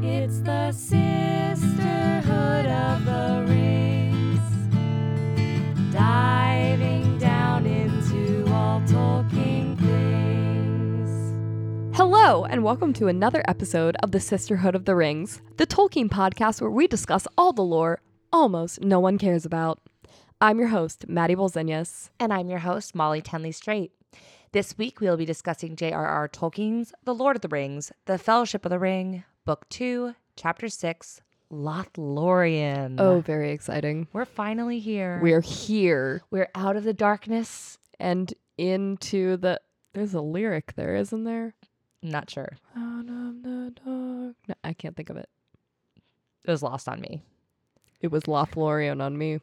The Sisterhood of the Rings. Diving down into all Tolkien things. Hello, and welcome to another episode of the Sisterhood of the Rings, the Tolkien podcast where we discuss all the lore almost no one cares about. I'm your host, Maddie Bolzenius. And I'm your host, Molly Tenley Straight. This week we will be discussing J.R.R. Tolkien's The Lord of the Rings, The Fellowship of the Ring, Book 2, Chapter 6, Lothlorien. Oh, very exciting. We're finally here. We're here We're out of the darkness. and into the. There's a lyric there, isn't there? I'm not sure. Out of the dark. No, I can't think of it. It was lost on me. It was Lothlorien on me.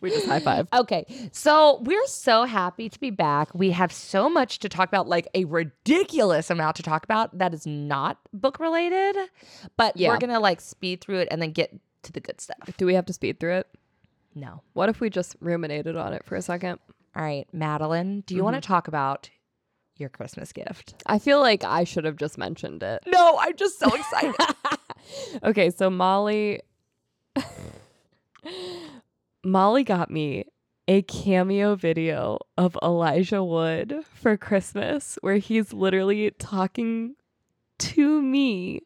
We just high five. Okay, so we're so happy to be back. We have so much to talk about, like a ridiculous amount to talk about that is not book related, but Yeah. we're gonna like speed through it and then get to the good stuff. Do we have to speed through it? No. What if we just ruminated on it for a second? All right, Madeline, do you want to talk about your Christmas gift? I feel like I should have just mentioned it. No, I'm just so excited. okay, so Molly Molly got me a cameo video of Elijah Wood for Christmas where he's literally talking to me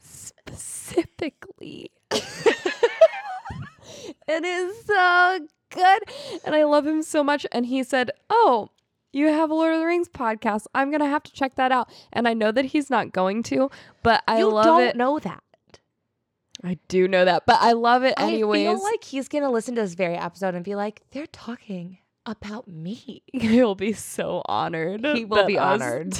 specifically. it is so good and I love him so much and he said, "Oh, you have a Lord of the Rings podcast. I'm going to have to check that out." And I know that he's not going to, but I you love don't it. know that. I do know that, but I love it anyways. I feel like he's gonna listen to this very episode and be like, "They're talking about me." he'll be so honored. He will that be us- honored.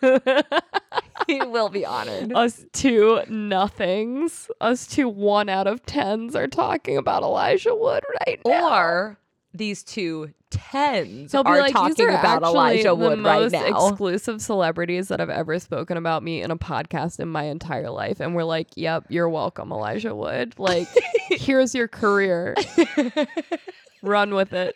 he will be honored. Us two nothings, us two one out of tens are talking about Elijah Wood right now. or these two tens He'll be are like, talking These are about actually Elijah the Wood right most now. exclusive celebrities that have ever spoken about me in a podcast in my entire life, and we're like, "Yep, you're welcome, Elijah Wood. Like, here's your career. Run with it."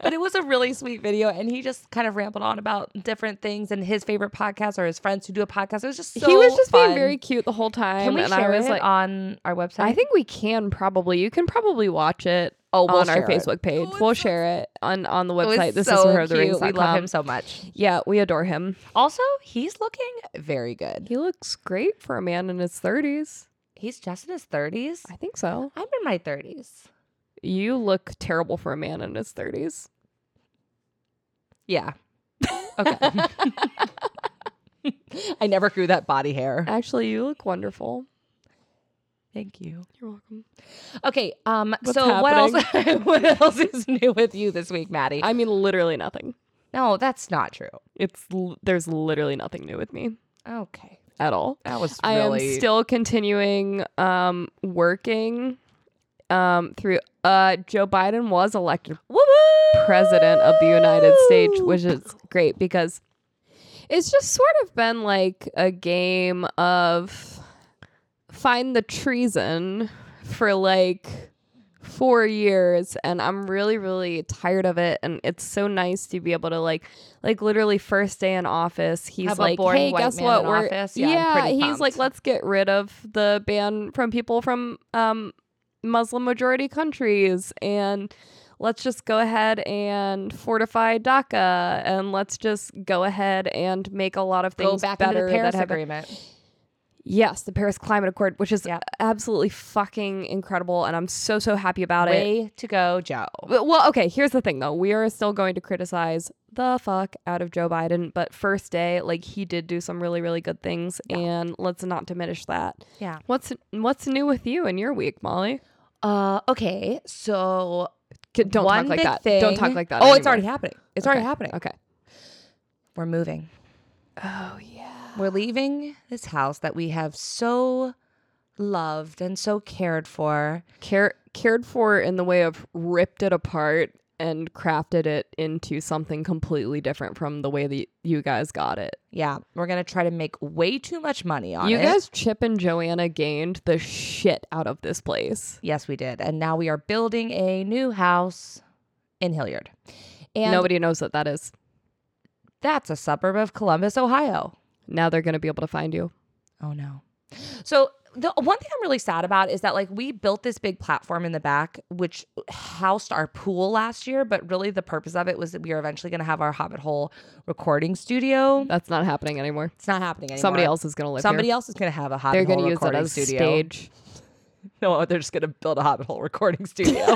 but it was a really sweet video, and he just kind of rambled on about different things and his favorite podcasts or his friends who do a podcast. It was just so he was just fun. being very cute the whole time, Can we and share I was it like, on our website? I think we can probably. You can probably watch it oh, we'll on our share it. Facebook page. Oh, it's we'll so- share it on on the It was website. This so is for the cute. rings. We love him so much. Yeah, we adore him. Also, he's looking very good. He looks great for a man in his thirties. He's just in his thirties. I think so. I'm in my thirties. You look terrible for a man in his thirties. Yeah. Okay. I never grew that body hair. Actually, you look wonderful. Thank you. You're welcome. Okay. Um. What's so what else? what else is new with you this week, Maddie? I mean, literally nothing. no, that's not true. It's l- there's literally nothing new with me Okay. at all. That was I am still continuing um, working um, through. Uh, Joe Biden was elected president of the United States, which is great because it's just sort of been like a game of find the treason for like four years and i'm really really tired of it and it's so nice to be able to like like literally first day in office he's Have a like boring hey white guess man what in we're office? Yeah, I'm pretty he's pumped. like let's get rid of the ban from people from um muslim majority countries and let's just go ahead and fortify daca and let's just go ahead and make a lot of go things back into better the Paris that have Agreement. Yes, the Paris Climate Accord, which is Yep. absolutely fucking incredible, and I'm so so happy about it. Way to go, Joe. But- Well, okay, here's the thing though. We are still going to criticize the fuck out of Joe Biden, but first day, like he did do some really really good things, and let's not diminish that. Yeah. What's what's new with you in your week, Molly? Uh. Okay. So K- Don't one talk like big that. Thing, Don't talk like that. Oh, it's anymore. already happening. It's already Okay, happening. Okay. We're moving. Oh yeah. We're leaving this house that we have so loved and so cared for. Care- cared for in the way of ripped it apart and crafted it into something completely different from the way that you guys got it. Yeah, we're gonna try to make way too much money on You it. guys, Chip and Joanna gained the shit out of this place. Yes, we did. And now we are building a new house in Hilliard. And Nobody knows what that is. that's a suburb of Columbus, Ohio. Now they're going to be able to find you. Oh no. So the one thing I'm really sad about is that like we built this big platform in the back which housed our pool last year, but really the purpose of it was that we are eventually going to have our Hobbit Hole recording studio. That's not happening anymore. It's not happening anymore. Somebody else is going to live Somebody here. else is going to have a Hobbit They're going Hole to use it recording as a studio. stage. No, they're just going to build a Hobbit Hole recording studio.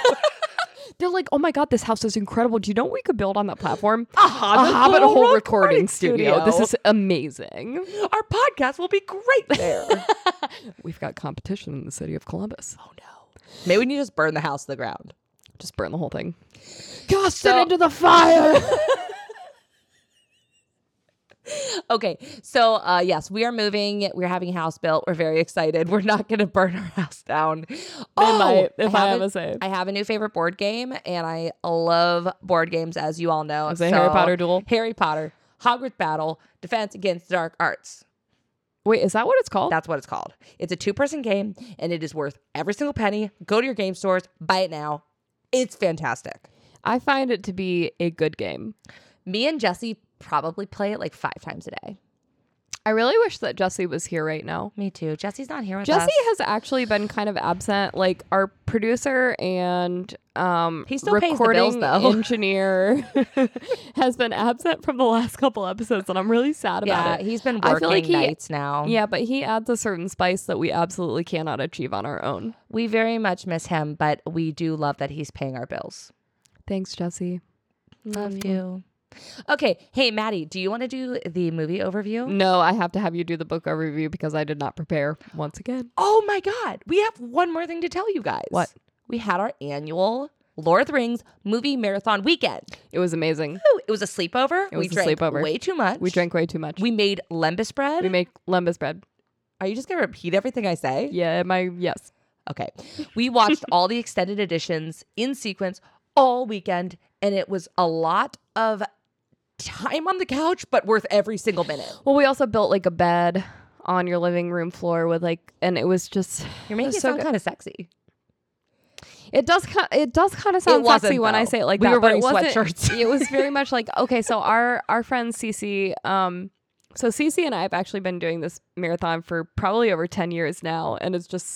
They're like, oh my God, this house is incredible. Do you know what we could build on that platform? a Hobbit, a Hobbit Hole recording studio. This is amazing. our podcast will be great there. We've got competition in the city of Columbus. oh no. Maybe we need to just burn the house to the ground. Just burn the whole thing. Cast the fire. Okay, so uh, yes, we are moving. We're having a house built. We're very excited. We're not going to burn our house down. might, Oh, if I have have a- a say. I have a new favorite board game, and I love board games, as you all know. Is it Harry Potter Duel? Harry Potter, Hogwarts Battle, Defense Against the Dark Arts. Wait, is that what it's called? That's what it's called. It's a two-person game, and it is worth every single penny. Go to your game stores, buy it now. It's fantastic. I find it to be a good game. Me and Jesse probably play it like five times a day. I really wish that Jesse was here right now. Me too. Jesse's not here with us. Jesse has actually been kind of absent. Like our producer and um, He still pays the bills, recording though. engineer has been absent from the last couple episodes, and I'm really sad Yeah, about it. he's been I working feel like he- nights now. Yeah, but he adds a certain spice that we absolutely cannot achieve on our own. We very much miss him, but we do love that he's paying our bills. Thanks, Jesse. Love you. Okay. Hey, Maddie, do you want to do the movie overview? No, I have to have you do the book overview because I did not prepare once again. Oh my God. We have one more thing to tell you guys. What? We had our annual Lord of the Rings movie marathon weekend. It was amazing. Ooh, it was a sleepover. It was we a drank sleepover. way too much. We drank way too much. We made lembas bread. we make lembas bread. Are you just going to repeat everything I say? Yeah, my yes. Okay. We watched all the extended editions in sequence all weekend, and it was a lot of time on the couch, but worth every single minute. Well, we also built like a bed on your living room floor with like, and it was just. You're making was it so sound good. kind of sexy. It does. ki- It does kind of sound wasn't, sexy when I though. say it like We that. were but it wearing wasn't- sweatshirts. it was very much like okay. So our our friend Cece, um, so Cece and I have actually been doing this marathon for probably over ten years now, and it's just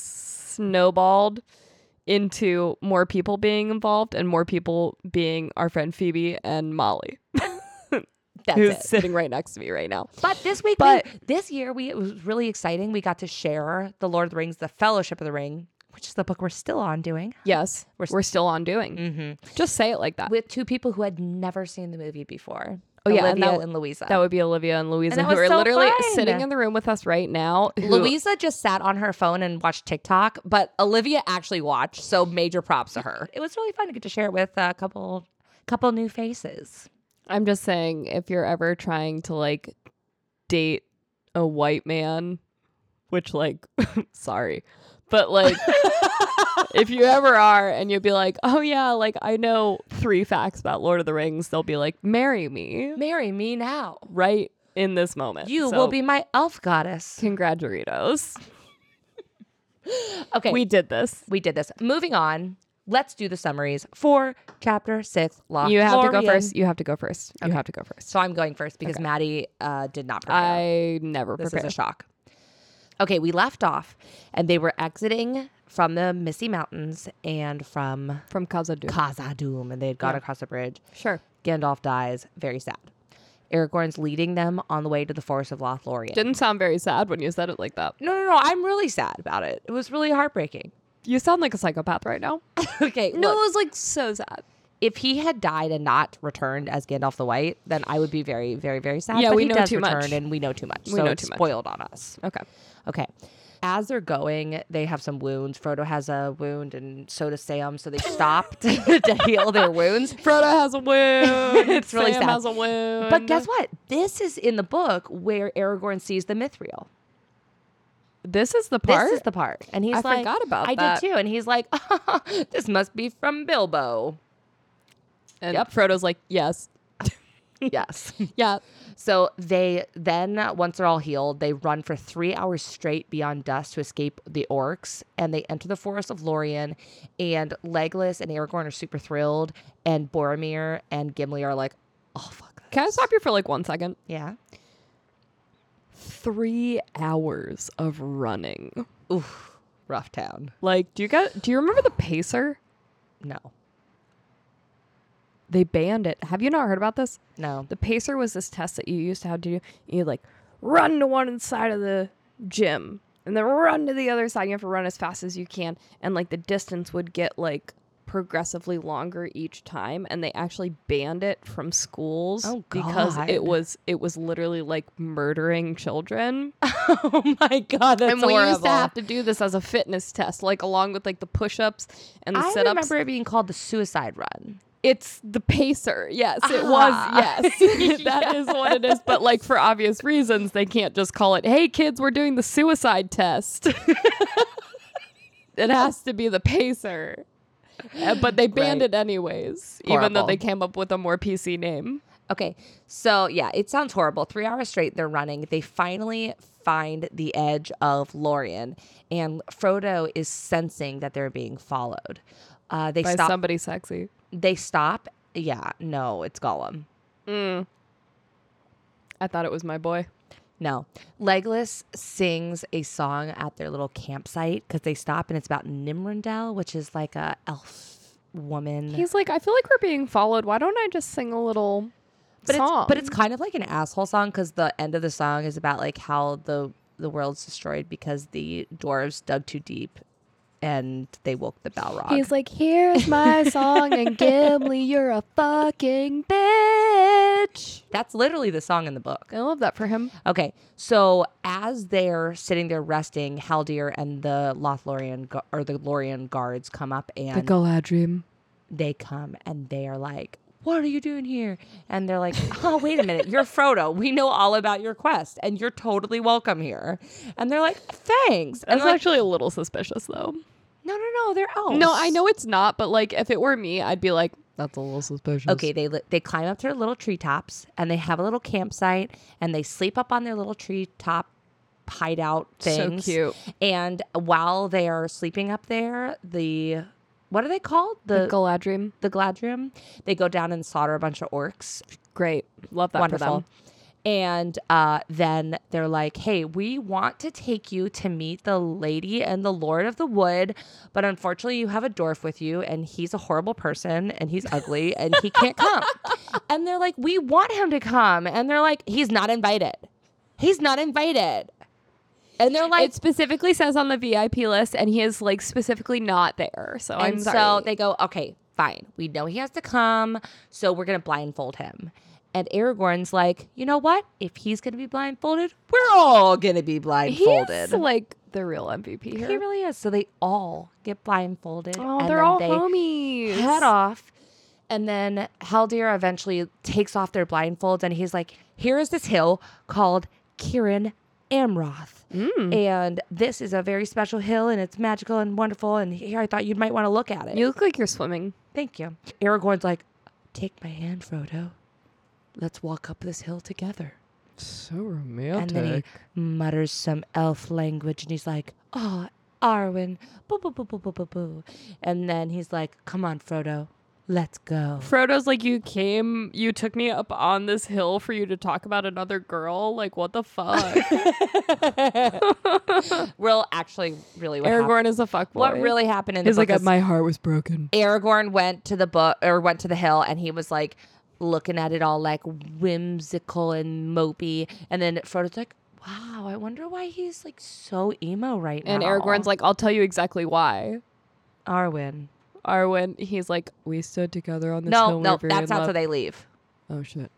snowballed into more people being involved and more people being our friend Phoebe and Molly, That's who's it. sitting right next to me right now. But this week, But- we, this year, we it was really exciting. We got to share the Lord of the Rings, the Fellowship of the Ring, which is the book we're still on doing, Yes, We're we're, s- Mm-hmm. still on doing. Just say it like that. with two people who had never seen the movie before. Oh, yeah, and Olivia that and, w- Louisa. That would be Olivia and Louisa, that who was are so literally fun. sitting in the room with us right now. who- Louisa just sat on her phone and watched TikTok, but Olivia actually watched. So major props to her. It was really fun to get to share it with a couple couple new faces. I'm just saying, if you're ever trying to like date a white man, which like, sorry, but like, if you ever are and you'll be like, oh yeah, like I know three facts about Lord of the Rings, they'll be like, marry me Marry me now. right in this moment. You So, will be my elf goddess. congratulatos. Okay, We we did this. we did this. Moving on. Let's do the summaries for chapter six. Law You have to go first. You have to go first. You have to go first. So I'm going first because Maddie uh, did not prepare. I never This prepare. is a shock. Okay, we left off, and they were exiting from the Missy Mountains and from from Casa Dune. Casa Doom, and they had gone across the bridge. Sure. Gandalf dies, very sad. Aragorn's leading them on the way to the forest of Lothlorien. Didn't sound very sad when you said it like that. no, no, no. I'm really sad about it. It was really heartbreaking. You sound like a psychopath right now. okay, No, it look, was like so sad. if he had died and not returned as Gandalf the White, then I would be very, very, very sad. Yeah, but we he know does too much. return, and we know too much. We so know it's too much. spoiled on us. Okay. Okay. As they're going, they have some wounds. Frodo has a wound, and so does Sam. So they stopped to heal their wounds. Frodo has a wound. It's really Sam sad. has a wound. But guess what? This is in the book where Aragorn sees the Mithril. This is the part. This is the part. And he's I like, forgot about I that. did too. And he's like, this must be from Bilbo. and yep. Frodo's like, yes, yes. yeah. So they then, uh, once they're all healed, they run for three hours straight beyond dusk to escape the orcs. And they enter the forest of Lorien. And Legolas and Aragorn are super thrilled. And Boromir and Gimli are like, oh, fuck. Can I stop you for like one second? Yeah. three hours of running. Oof, rough town. Like, do you guys do you remember the pacer? No, They banned it. Have you not heard about this? no. The pacer was this test that you used to have to do. You like run to one side of the gym and then run to the other side. You have to run as fast as you can, and like the distance would get like progressively longer each time. And they actually banned it from schools Oh, because God. it was it was literally like murdering children. oh my god, that's and we used to have to do this as a fitness test, like along with like the push-ups and the I sit-ups. remember it being called the suicide run. It's the pacer. Yes, it Ah. was. Yes, that is what it is. But like for obvious reasons, they can't just call it. Hey, kids, we're doing the suicide test. it has to be the pacer. Uh, But they banned Right. it anyways, even though Horrible. they came up with a more PC name. Okay, so yeah, it sounds horrible. Three hours straight, they're running. They finally find the edge of Lorien, and Frodo is sensing that they're being followed. Uh, they By stop. somebody sexy. they stop. Yeah, no, it's Gollum. I thought it was my boy. No. Legolas sings a song at their little campsite because they stop and it's about Nimrindel, which is like a elf woman. He's like, I feel like we're being followed. Why don't I just sing a little but song? it's but it's kind of like an asshole song because the end of the song is about like how the the world's destroyed because the dwarves dug too deep and they woke the Balrog. He's like, here's my song, and Gimli, you're a fucking bitch. That's literally the song in the book. I love that for him. Okay, so as they're sitting there resting, Haldir and the Lothlorien gu- or the Lorien guards come up and Galadrim. they come and they are like, What are you doing here? And they're like, Oh, wait a minute. You're Frodo. We know all about your quest and you're totally welcome here. And they're like, Thanks. And That's they're like, actually a little suspicious, though. No, no, no. They're elves. No, I know it's not, but like, if it were me, I'd be like, that's a little suspicious. Okay, they li- they climb up to their little treetops and they have a little campsite and they sleep up on their little treetop hideout So things. cute. And while they are sleeping up there, the what are they called? uh, The the, Galadrim. Gladrium. They go down and slaughter a bunch of orcs Great. Love that for wonderful. them. And uh, then they're like, "Hey, we want to take you to meet the lady and the lord of the wood, but unfortunately, you have a dwarf with you, and he's a horrible person, and he's ugly, and he can't come." and they're like, "We want him to come," and they're like, "He's not invited. He's not invited." And they're like, It specifically says on the VIP list, and he is like specifically not there. So I'm and sorry. so they go, okay, fine. We know he has to come, so we're gonna blindfold him. And Aragorn's like, you know what? If he's gonna be blindfolded, we're all gonna be blindfolded. He's like the real MVP here. he really is. So they all get blindfolded. oh, and they're then all they homies. Head off. And then Haldir eventually takes off their blindfolds and he's like, here is this hill called Kirin Amroth. Mm. And this is a very special hill and it's magical and wonderful. And here I thought you might want to look at it. You look like you're swimming. Thank you. Aragorn's like, Take my hand, Frodo. Let's walk up this hill together. So romantic. And then he mutters some elf language and he's like, Oh, Arwen. Boo, boo, boo, boo, boo, boo, boo. And then he's like, Come on, Frodo. Let's go. Frodo's like, you came, you took me up on this hill for you to talk about another girl. Like, what the fuck? Well, actually, really, what, happened, Aragorn is a fuckboy. what really happened in the book is "Uh, heart was broken. Aragorn went to the book or went to the hill and he was like looking at it all like whimsical and mopey. And then Frodo's like, Wow, I wonder why he's like so emo right And now. Aragorn's like, I'll tell you exactly why. Arwen. Arwen, he's like, we stood together on this No, hill. no, that's not how they leave. Oh shit.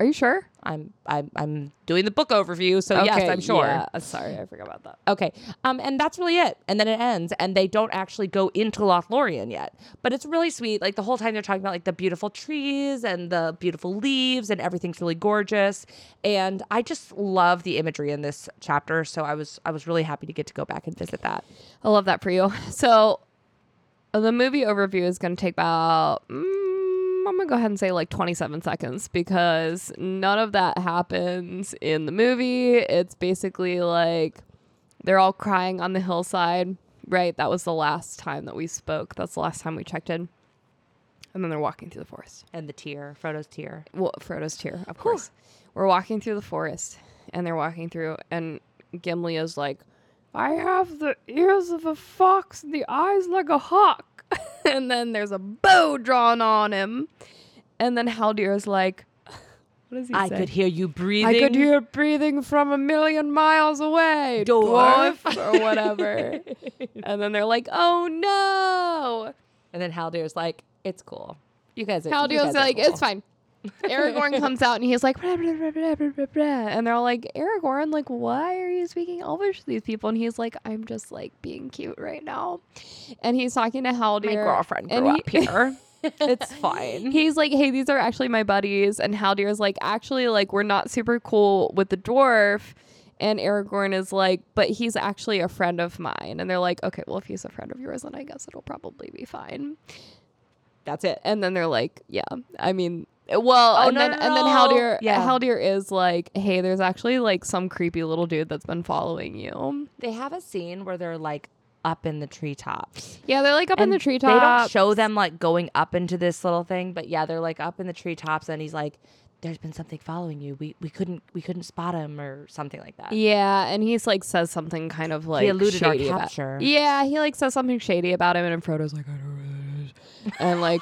Are you sure? I'm I'm I'm doing the book overview, so yes, Okay, I'm sure. yeah. Uh, sorry, I forgot about that. Okay. Um, and that's really it. And then it ends, and they don't actually go into Lothlorien yet. But it's really sweet. Like the whole time they're talking about like the beautiful trees and the beautiful leaves, and everything's really gorgeous. And I just love the imagery in this chapter. So I was I was really happy to get to go back and visit that. I love that for you. So, uh, the movie overview is going to take about, mm, I'm going to go ahead and say like 27 seconds because none of that happens in the movie. It's basically like they're all crying on the hillside, right? That was the last time that we spoke. That's the last time we checked in. And then they're walking through the forest And the tear, Frodo's tear. well, Frodo's tear, of course. We're walking through the forest, and they're walking through, and Gimli is like, I have the ears of a fox and the eyes like a hawk. and then there's a bow drawn on him. And then Haldir is like, What does he I say? could hear you breathing. I could hear breathing from a million miles away, Dwarf." dwarf, or whatever. and then they're like, "Oh no!" And then Haldir's like, it's cool. You guys are you Haldir's guys are like, cool." "It's fine." Aragorn comes out and he's like, "Blah, blah, blah, blah, blah, blah, blah." and they're all like, "Aragorn, like, why are you speaking Elvish to these people?" And he's like, "I'm just like being cute right now," and he's talking to Haldir. My girlfriend and grew he- up here. it's fine. He's like, hey, these are actually my buddies. And Haldir's like, actually, like, we're not super cool with the dwarf. And Aragorn is like, but he's actually a friend of mine. And they're like, okay, well, if he's a friend of yours, then I guess it'll probably be fine. That's it. And then they're like, yeah, I mean, well, Oh, and no, then no, and then no. Haldir, Yeah. Haldir is like, hey, there's actually like some creepy little dude that's been following you. They have a scene where they're like up in the treetops. Yeah, they're like up in the treetop. They don't show them like going up into this little thing, but yeah, they're like up in the treetops and he's like, There's been something following you. We we couldn't we couldn't spot him or something like that. Yeah, and he's like says something kind of like eluded our shady about- capture. yeah, he like says something shady about him, and Frodo's like, I don't know what it is. and like,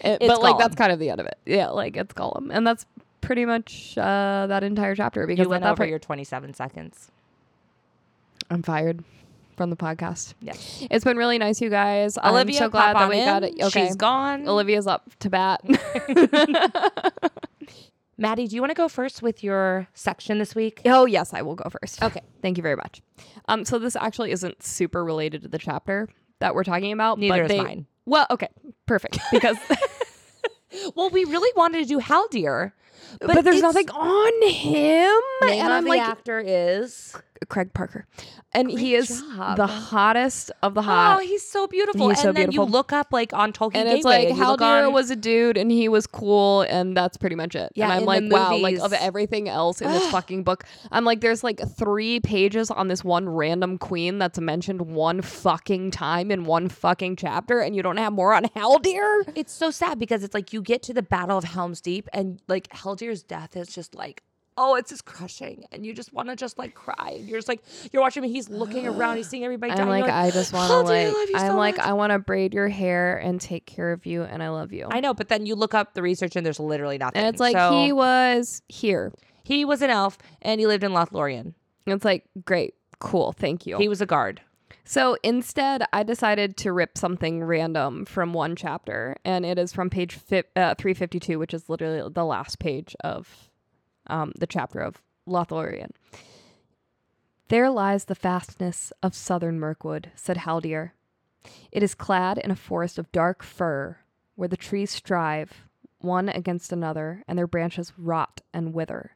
it- It's but like that's Gollum. kind of the end of it. Yeah, like it's Gollum, and that's pretty much uh, that entire chapter. Because You went at that over point, your twenty seven seconds. I'm fired from the podcast. Yes. It's been really nice, you guys. Olivia, I'm so glad pop that on we got in. it. Okay, She's gone. Olivia's up to bat. Maddie, do you want to go first with your section this week? oh yes, I will go first. Okay. Thank you very much. Um, so this actually isn't super related to the chapter that we're talking about. but Neither is they- mine. Well, okay, perfect. Because Well, we really wanted to do Haldir, but, there's it's- nothing on him, Name and of I'm the like actor is Craig Parker, and he is job. the hottest of the hot. Oh, he's so beautiful. He's and so then beautiful. you look up like on Tolkien and it's Gateway like and you look Haldir on- was a dude, and he was cool, and that's pretty much it. Yeah, and I'm in like, the wow, like movies- of everything else in this fucking book, I'm like, there's like three pages on this one random queen that's mentioned one fucking time in one fucking chapter, and you don't have more on Haldir. It's so sad because it's like you get to the Battle of Helm's Deep and like Haldir's death is just like. Oh, it's just crushing, and you just want to just like cry. And you're just like you're watching me. He's looking around. He's seeing everybody. I'm dying. like, You're I just want to "Haldir, I like, love you I'm so like, much." I want to braid your hair and take care of you, and I love you. I know, but then you look up the research, and there's literally nothing. And it's like So, he was here. he was an elf, and he lived in Lothlorien. And it's like great, cool, thank you. He was a guard. so instead, I decided to rip something random from one chapter, and it is from page fi- uh, three fifty two, which is literally the last page of um, the chapter of Lothlorien. There lies the fastness of southern Mirkwood, said Haldir. It is clad in a forest of dark fir, where the trees strive one against another, and their branches rot and wither.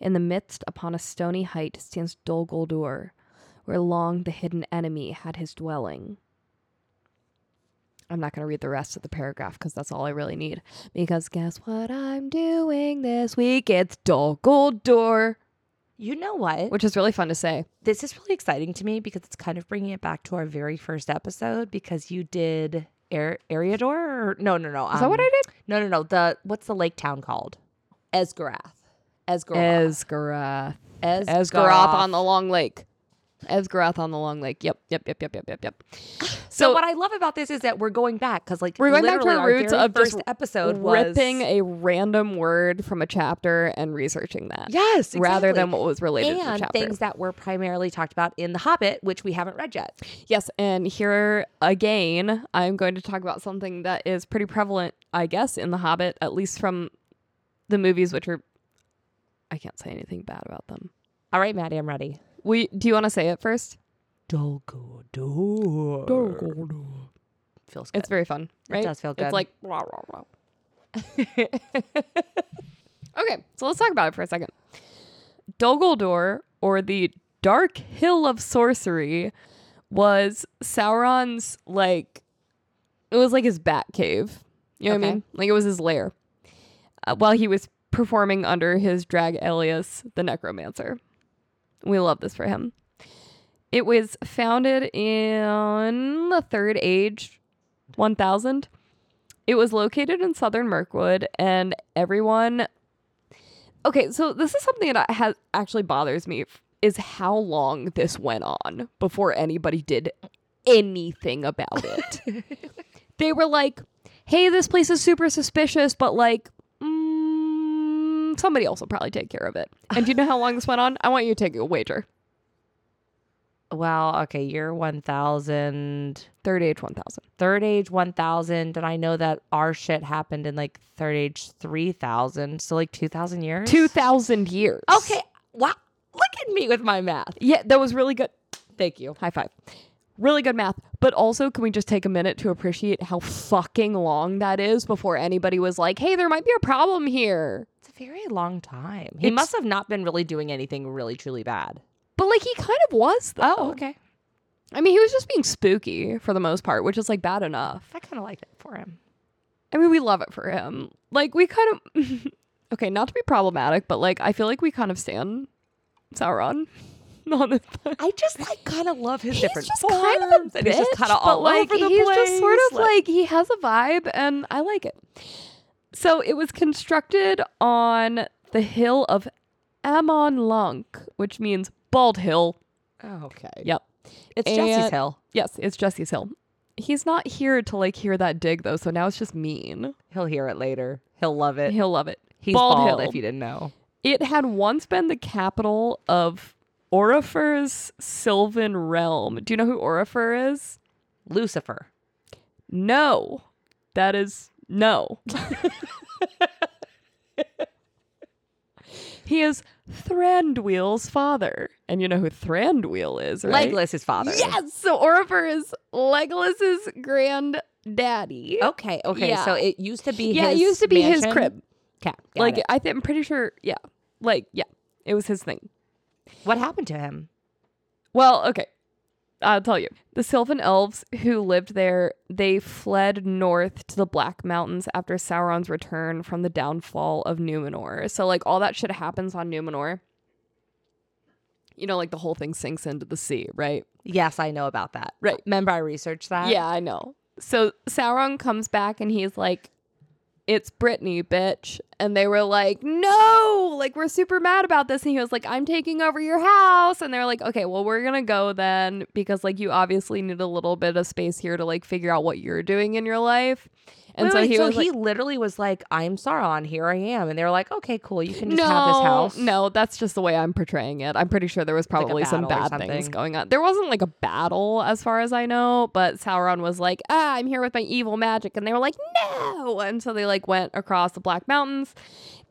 In the midst, upon a stony height, stands Dol Guldur, where long the hidden enemy had his dwelling. I'm not going to read the rest of the paragraph because that's all I really need. Because guess what I'm doing this week? It's Dol Guldur, You know what? which is really fun to say. this is really exciting to me because it's kind of bringing it back to our very first episode because you did Ar- Eriador or no no no Is that what I did? no no no the what's the lake town called Esgarath Esgarath Esgarath. Esgaroth Um, on the Long Lake. Esgaroth on the Long Lake. Yep, yep, yep, yep, yep, yep, yep. so, So, what I love about this is that we're going back because like We're going back to literally our roots very of just first episode was ripping a random word from a chapter and researching that yes rather exactly. than what was related to the and chapter. things that were primarily talked about in The Hobbit which we haven't read yet Yes, and here again, I'm going to talk about something that is pretty prevalent, I guess, in The Hobbit, at least from the movies, which are. I can't say anything bad about them. all right Maddie I'm ready We do you want to say it first? Dol Guldur feels good It's very fun, right? does feel good. It's like rah, rah, rah. okay, so let's talk about it for a second. Dol Guldur, or the Dark Hill of Sorcery, was Sauron's like it was like his bat cave. You know what I Okay. mean? Like it was his lair. Uh, while he was performing under his drag alias, the Necromancer. We love this for him. It was founded in the Third Age, 1000. It was located in southern Mirkwood, and everyone okay, so this is something that has actually bothers me is how long this went on before anybody did anything about it. they were like, "Hey, this place is super suspicious, but like mm, somebody else will probably take care of it." And do you know how long this went on? I want you to take a wager. Well, okay, you're 1,000. Third age 1000. Third age 1,000. And I know that our shit happened in like third age 3,000. So like 2,000 years? 2000 years. Okay. Wow. Look at me with my math. Yeah, that was really good. Thank you. High five. Really good math. But also, can we just take a minute to appreciate how fucking long that is before anybody was like, hey, there might be a problem here? It's a very long time. He It's- must have not been really doing anything really, truly bad. But like, he kind of was, though. Oh, okay. I mean, he was just being spooky for the most part, which is like bad enough. I kind of like that for him. I mean, we love it for him. Like, we kind of, okay, not to be problematic, but like, I feel like we kind of stand Sauron on this I just like kind of love his different just forms, kind of a bitch, and he's just kind of but, all like, over the he's place. just sort of like, he has a vibe, and I like it. So it was constructed on the hill of Amon Lunk, which means bald hill. oh, okay, Yep. it's and- Jesse's hill. Yes, it's Jesse's hill. He's not here to like hear that dig though, so now it's just mean. He'll hear it later. He'll love it. He'll love it. he's bald bald, hill. if you didn't know. It had once been the capital of Orifer's Sylvan realm. Do you know who Orifer is? Lucifer. No. That is no. he is Thranduil's father. And you know who Thranduil is, right? Legolas, his father. Yes. So Orifer is Legolas's granddaddy. Okay. Okay. Yeah. So it used to be. yeah, Oh, his it used to be his mansion? crib. Okay. got like it. I think I'm pretty sure, yeah. Like, yeah. It was his thing. what happened to him? Well, okay. I'll tell you. The Sylvan elves who lived there, they fled north to the Black Mountains after Sauron's return from the downfall of Numenor. So like all that shit happens on Numenor. You know, like the whole thing sinks into the sea, right? Yes, I know about that. Right. Remember, I researched that. Yeah, I know. So Sauron comes back and he's like, It's Brittany, bitch. And they were like, No, like we're super mad about this. And he was like, I'm taking over your house. And they're like, Okay, well, we're gonna go then because like you obviously need a little bit of space here to like figure out what you're doing in your life. And Wait, so wait, he so was he like, literally was like, "I'm Sauron, here I am," and they were like, "Okay, cool, you can just have this house." no, that's just the way I'm portraying it. I'm pretty sure there was a probably some battle or bad things something. going on. There wasn't like a battle, as far as I know, but Sauron was like, "Ah, I'm here with my evil magic," and they were like, "No!" And so they like went across the Black Mountains,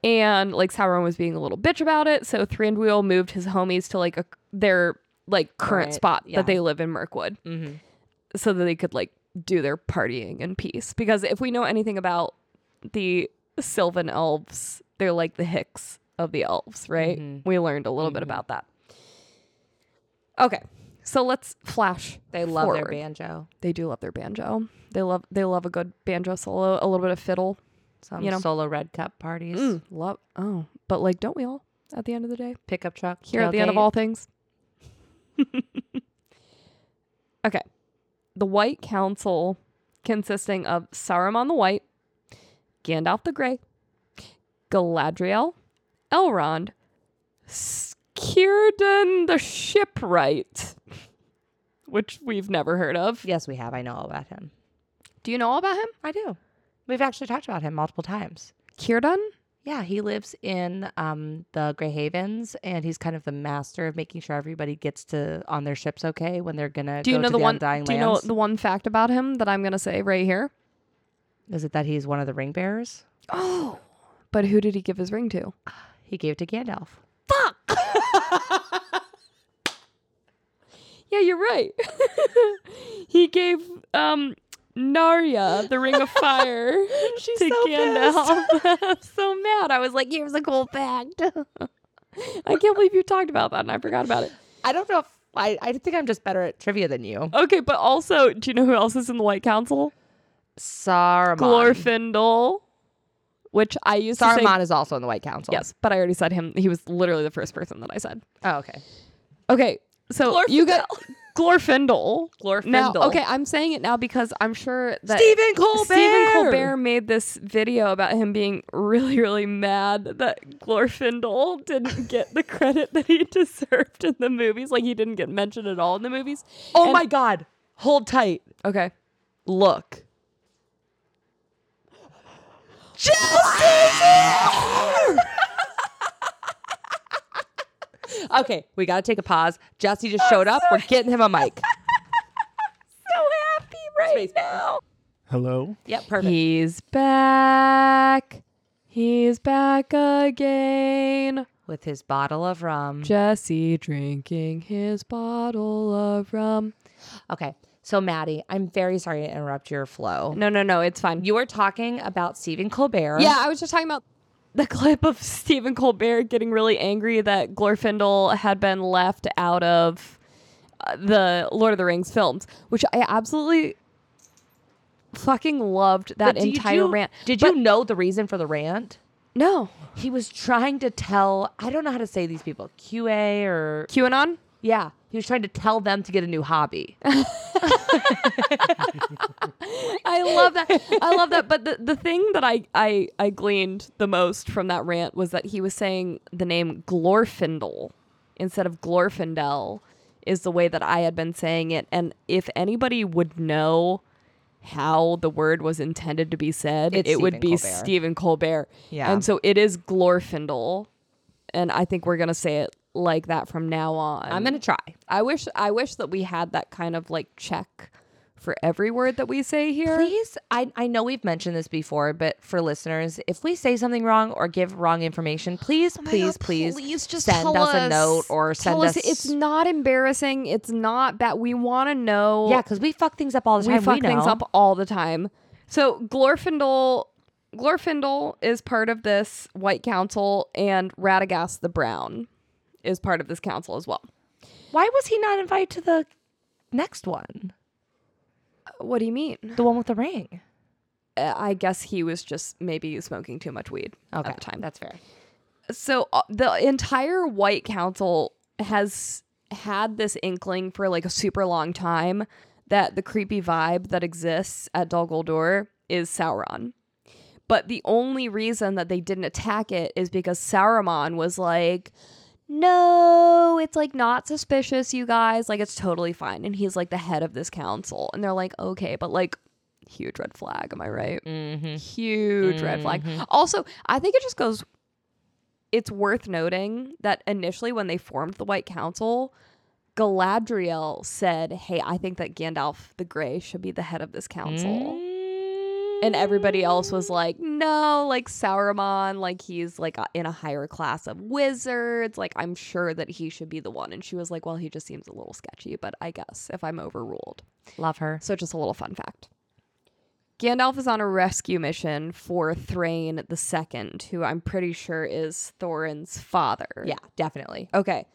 and like Sauron was being a little bitch about it. So Thranduil moved his homies to like a, their like current Right, spot yeah. that they live in Mirkwood Mm-hmm. so that they could like do their partying in peace. Because if we know anything about the Sylvan elves, they're like the Hicks of the elves, right? Mhm. We learned a little bit about that. Okay, so let's flash. They love forward. their banjo. They do love their banjo. They love they love a good banjo solo, a little bit of fiddle. Some You know. solo red cup parties, Mm, love oh, but like don't we all at the end of the day? pickup truck. Here at the end of tailgate. all things. okay. The White Council, consisting of Saruman the White, Gandalf the Grey, Galadriel, Elrond, Círdan the Shipwright, which we've never heard of. Yes, we have. I know all about him. Do you know all about him? I do. We've actually talked about him multiple times. Círdan? Yeah, he lives in um, the Grey Havens, and he's kind of the master of making sure everybody gets to on their ships okay when they're gonna. Do you go know to the, one? Undying Do you know Lands. the one fact about him that I'm going to say right here? Is it that he's one of the ring bearers? Oh, but who did he give his ring to? He gave to Gandalf. Yeah, you're right. he gave um Narya the Ring of Fire She's to Gandalf. I'm so mad. I was like, here's a cool fact. I can't believe you talked about that and I forgot about it. I don't know if I, I think I'm just better at trivia than you. Okay, but also, do you know who else is in the White Council? Saruman. Glorfindel, which I used to say. Saruman is also in the White Council. Yes, but I already said him. He was literally the first person that I said. Oh, okay. Okay, so you got Glorfindel. Glorfindel. Now, okay, I'm saying it now because I'm sure that Stephen Colbert. Stephen Colbert made this video about him being really, really mad that Glorfindel didn't get the credit that he deserved in the movies. Like he didn't get mentioned at all in the movies. Oh And- my God. Hold tight. Okay. Look. Jesse! okay, we got to take a pause. Jesse just showed up. We're getting him a mic. So happy right now. Hello. Yep, perfect. He's back. He's back again. With his bottle of rum. Jesse drinking his bottle of rum. Okay, so Maddie, I'm very sorry to interrupt your flow. No, no, no, it's fine. You were talking about Stephen Colbert. Yeah, I was just talking about the clip of Stephen Colbert getting really angry that Glorfindel had been left out of uh, the Lord of the Rings films, which I absolutely fucking loved that But did entire you- rant. Did But you know the reason for the rant? No. He was trying to tell, I don't know how to say these people, QA or QAnon? Yeah, he was trying to tell them to get a new hobby. I love that. I love that. But the, the thing that I, I, I gleaned the most from that rant was that he was saying the name Glorfindel instead of Glorfindel is the way that I had been saying it. And if anybody would know how the word was intended to be said, It's it would Stephen be Colbert. Stephen Colbert. Yeah. And so it is Glorfindel. And I think we're going to say it like that from now on. I'm gonna try. I wish I wish that we had that kind of like check for every word that we say here. Please, I, I know we've mentioned this before, but for listeners, if we say something wrong or give wrong information, please, Oh my please, God, please, please just send tell us a note us- or tell send us. It's not embarrassing. It's not bad. We want to know. yeah, because we fuck things up all the we time. fuck things know. up all the time. So Glorfindel, Glorfindel is part of this White Council, and Radagast the Brown is part of this council as well. Why was he not invited to the next one, Uh, What do you mean? the one with the ring? Uh, I guess he was just maybe smoking too much weed Okay, at the time. that's fair. so uh, the entire white council has had this inkling for like a super long time that the creepy vibe that exists at Dol Guldur is Sauron. But the only reason that they didn't attack it is because Saruman was like, no, it's like not suspicious, you guys. Like, it's totally fine. And he's like the head of this council. And they're like, okay, but like, huge red flag. Am I right? Mm-hmm. huge red flag. Also, I think it just goes. It's worth noting that initially, when they formed the White Council, Galadriel said, "Hey, I think that Gandalf the Grey should be the head of this council." Mm. And everybody else was like, no, like Sauron, like he's like a- in a higher class of wizards. Like, I'm sure that he should be the one. And she was like, well, he just seems a little sketchy, but I guess if I'm overruled. Love her. So, just a little fun fact. Gandalf is on a rescue mission for Thrain the Second, who I'm pretty sure is Thorin's father. Yeah, definitely. Okay.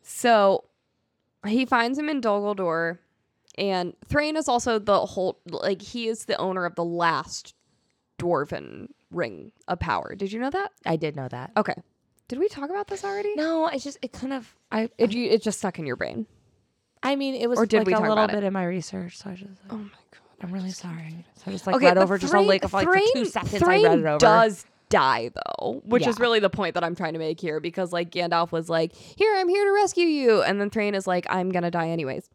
So he finds him in Dol Guldur, and Thrain is also the whole like he is the owner of the last dwarven ring of power. Did you know that? I did know that. Okay. Did we talk about this already? No, it's just it kind of I It, you, it just stuck in your brain. I mean it was Or did like we a talk little about it? bit in my research, so I just Oh my god. I'm really sorry. So I just like okay, read but over just a Thrain- link of like for two Thrain- seconds. Thrain I read it over. does die though, which is Yeah. really the point that I'm trying to make here because like Gandalf was like, "Here, I'm here to rescue you," and then Thrain is like, "I'm gonna die anyways."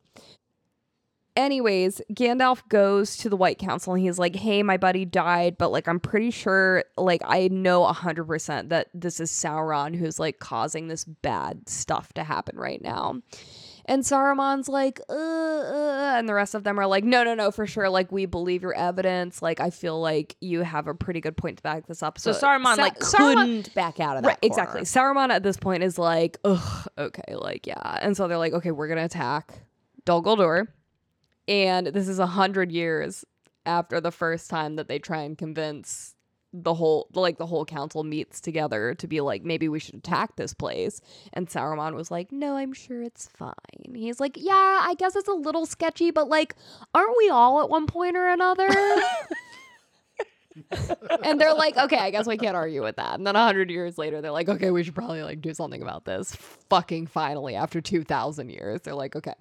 Anyways, Gandalf goes to the White Council and he's like, "Hey, my buddy died, but like I'm pretty sure, like I know hundred percent that this is Sauron who's like causing this bad stuff to happen right now." And Saruman's like, uh, uh, and the rest of them are like, no, no, no, for sure. Like, we believe your evidence. Like, I feel like you have a pretty good point to back this up. So Saruman Sa- like Saruman- couldn't back out of that. Right, exactly. Saruman at this point is like, ugh, okay, like, yeah. And so they're like, okay, we're going to attack Dol Guldur. And this is a 100 years after the first time that they try and convince the whole like the whole council meets together to be like maybe we should attack this place and Saruman was like no I'm sure it's fine he's like yeah I guess it's a little sketchy but like aren't we all at one point or another and they're like okay I guess we can't argue with that and then 100 years later they're like okay we should probably like do something about this fucking finally after 2000 years they're like okay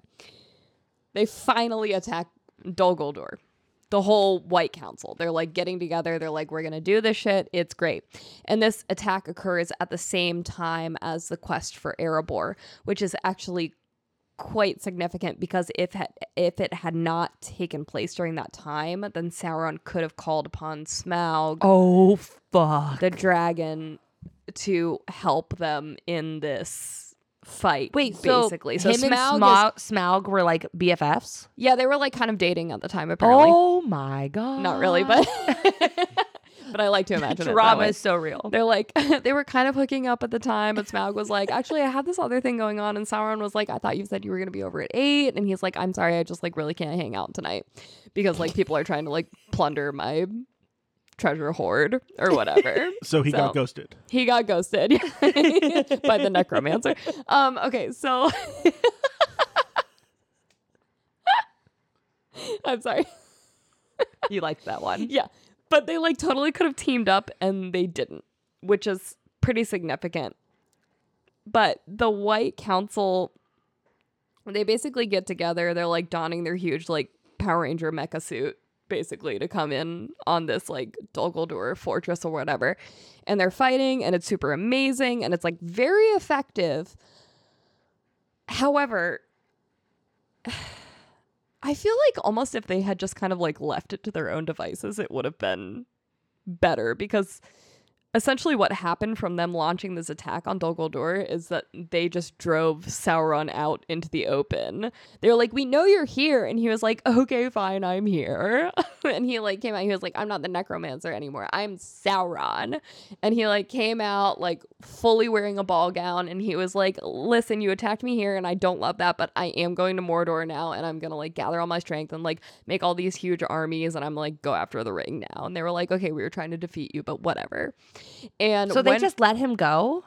They finally attack Dol Guldur, the whole White Council. They're like getting together. They're like, we're gonna do this shit. It's great. And this attack occurs at the same time as the quest for Erebor, which is actually quite significant because if ha- if it had not taken place during that time, then Sauron could have called upon Smaug Oh fuck. the dragon to help them in this fight. Wait, so basically, so, him Smaug and is- Smaug, Smaug were like BFFs. yeah, they were like kind of dating at the time. Apparently, Oh my god. not really, but but I like to imagine it that drama way. is so real. They're like they were kind of hooking up at the time, but Smaug was like, "Actually, I have this other thing going on." And Sauron was like, "I thought you said you were gonna be over at 8. And he's like, "I'm sorry, I just like really can't hang out tonight because like people are trying to like plunder my treasure hoard or whatever." So he So- got ghosted. He got ghosted by the necromancer. Um, okay, so I'm sorry. You liked that one. Yeah, but they like totally could have teamed up and they didn't, which is pretty significant. But the White Council, they basically get together. They're like donning their huge like Power Ranger mecha suit, basically to come in on this like Dol Guldur fortress or whatever, and they're fighting and it's super amazing and it's like very effective. However, I feel like almost if they had just kind of like left it to their own devices, it would have been better because essentially what happened from them launching this attack on Dol Guldur is that they just drove Sauron out into the open. They were like, "We know you're here," and he was like, "Okay, fine, I'm here." and he like came out. He was like, "I'm not the necromancer anymore. I'm Sauron." And he like came out like fully wearing a ball gown, and he was like, "Listen, you attacked me here, and I don't love that, but I am going to Mordor now, and I'm gonna like gather all my strength and like make all these huge armies, and I'm like go after the ring now." And they were like, "Okay, we were trying to defeat you, but whatever." And So they when- just let him go?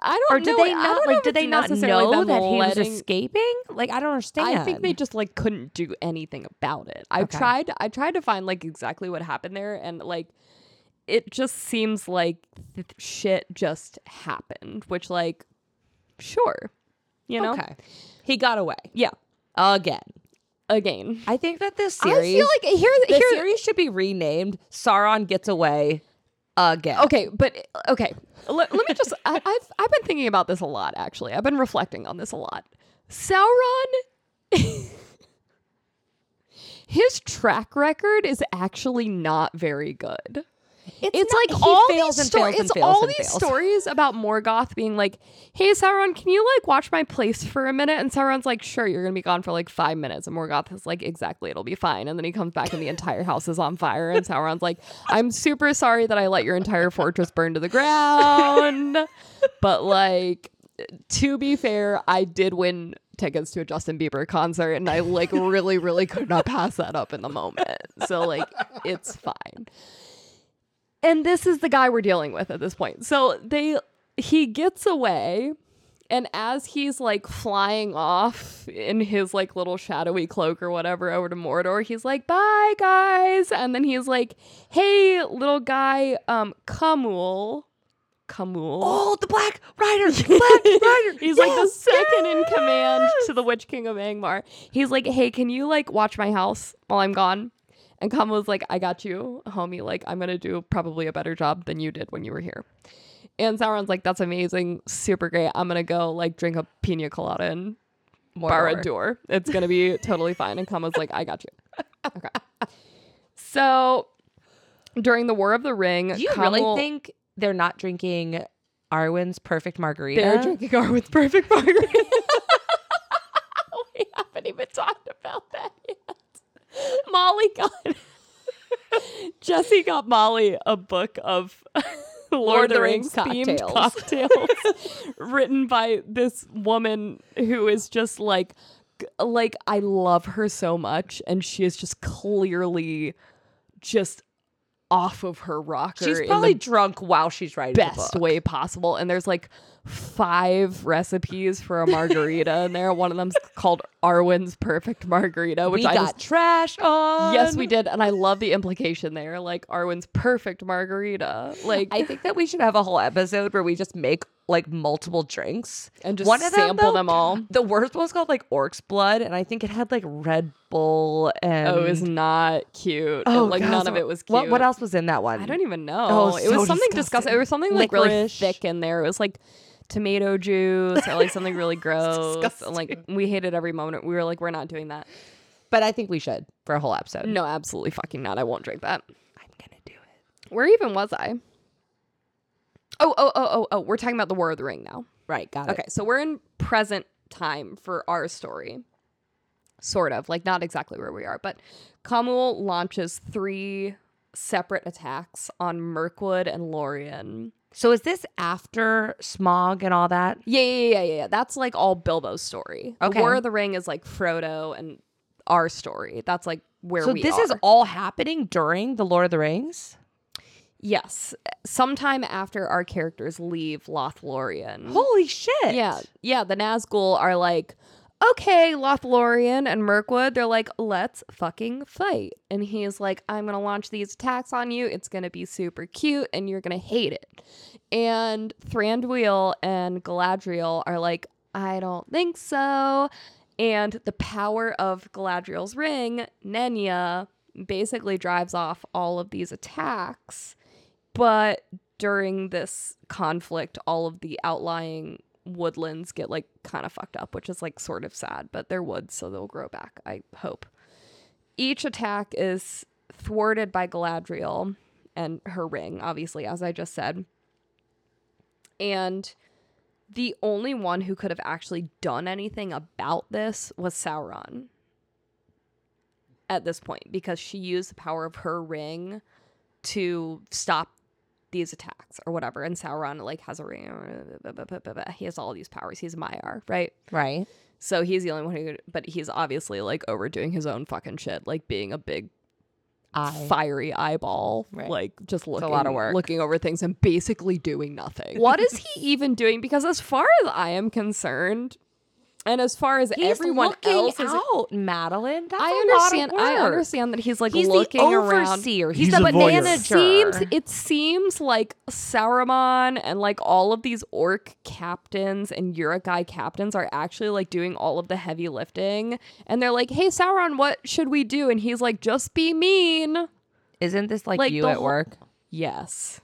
I don't Or did know, they I not don't know like if did it's they not necessarily know them that he was letting- escaping? Like I don't understand. I think they just like couldn't do anything about it. I Okay. tried I tried to find like exactly what happened there and like it just seems like th- shit just happened, which like sure. You know? Okay. He got away. Yeah. Again. Again. I think that this series I feel like here the here series should be renamed Sauron Gets Away Again. Okay, but okay. Let, let me just. I, I've I've been thinking about this a lot. Actually, I've been reflecting on this a lot. Sauron, his track record is actually not very good. It's, not- like he all fails these and fails stories. and It's fails all and these fails. stories about Morgoth being like, "Hey Sauron, can you like watch my place for a minute?" And Sauron's like, "Sure, you're gonna be gone for like five minutes." And Morgoth is like, "Exactly, it'll be fine." And then he comes back and the entire house is on fire. And Sauron's like, "I'm super sorry that I let your entire fortress burn to the ground, but like, to be fair, I did win." tickets to a Justin Bieber concert and I like really really could not pass that up in the moment. So like it's fine and this is the guy we're dealing with at this point. So they he gets away and as he's like flying off in his like little shadowy cloak or whatever over to Mordor, he's like, "Bye guys." And then he's like, "Hey little guy, um Kamul, Kamul." Oh, the Black Rider. Black Rider. He's like the second in command to the Witch King of Angmar. He's like, hey, can you like watch my house while I'm gone? And Kamu's like, I got you, homie. Like, I'm gonna do probably a better job than you did when you were here. And Sauron's like, that's amazing, super great. I'm gonna go like drink a pina colada and bar a door. It's gonna be totally fine. And Kama's like, I got you. Okay. So during the War of the Ring, Do you Kamel- really think they're not drinking Arwen's perfect margarita? They're drinking our with perfect margarita. we haven't even talked about that yet. Molly got Jesse got Molly a book of Lord, of the Rings, themed cocktails. written by this woman who is just like g- like I love her so much and she is just clearly just off of her rocker. She's in the probably drunk while she's writing the best book. way possible. And there's like five recipes for a margarita in there. One of them's called Arwen's Perfect Margarita, which we I got just, trash on. yes, we did, and I love the implication there. Like Arwen's Perfect Margarita, like I think that we should have a whole episode where we just make like multiple drinks. and just One of them, sample though, them all. The worst one was called like Orc's Blood, and I think it had like Red Bull and oh, it was not cute. Oh, like God, none of so- it was cute. What, what else was in that one? I don't even know. Oh, it was so something disgusting. disgusting. It was something like really Licorice. thick in there. It was like tomato juice or like something really gross. And, like disgusting. we hated every moment. We were like, we're not doing that. But I think we should for a whole episode. No, absolutely fucking not. I won't drink that. I'm gonna do it. Where even was I? Oh, oh, oh, oh, oh. We're talking about the War of the Ring now. Right, got Okay, so we're in present time for our story. Sort of, like not exactly where we are, but Kamul launches three separate attacks on Mirkwood and Lorien. So is this after smog and all that? Yeah, yeah, yeah, yeah, yeah. That's like all Bilbo's story. The Okay. War of the Ring is like Frodo and our story. That's like where so we this is are. all happening during the Lord of the Rings. yes, sometime after our characters leave Lothlorien. Holy shit! Yeah, yeah. The Nazgul are like, okay, Lothlorien and Mirkwood. They're like, let's fucking fight. And he's like, I'm gonna launch these attacks on you. It's gonna be super cute, and you're gonna hate it. And Thranduil and Galadriel are like, I don't think so. And the power of Galadriel's ring, Nenya, basically drives off all of these attacks. But during this conflict, all of the outlying woodlands get like kind of fucked up, which is like sort of sad, but they're woods, so they'll grow back, I hope. Each attack is thwarted by Galadriel and her ring, obviously, as I just said. And the only one who could have actually done anything about this was Sauron at this point because she used the power of her ring to stop these attacks or whatever. And Sauron like has a ring. He has all these powers. He's Maiar, right? Right. So he's the only one who. Could, but he's obviously like overdoing his own fucking shit, like being a big I. fiery eyeball, Right. like just looking a lot of work. looking over things and basically doing nothing. What is he even doing? Because as far as I am concerned, and as far as He's everyone looking else is. out, Madeline. That's I a understand. Lot of I work. understand that he's like He's looking the around. overseer. He's, He's the a voyeur. manager. Seems it seems like Saruman and like all of these orc captains and Urukai captains are actually like doing all of the heavy lifting, and they're like, "Hey Sauron, what should we do?" And he's like, "Just be mean." Isn't this like, like, you the at whole- work? Yes.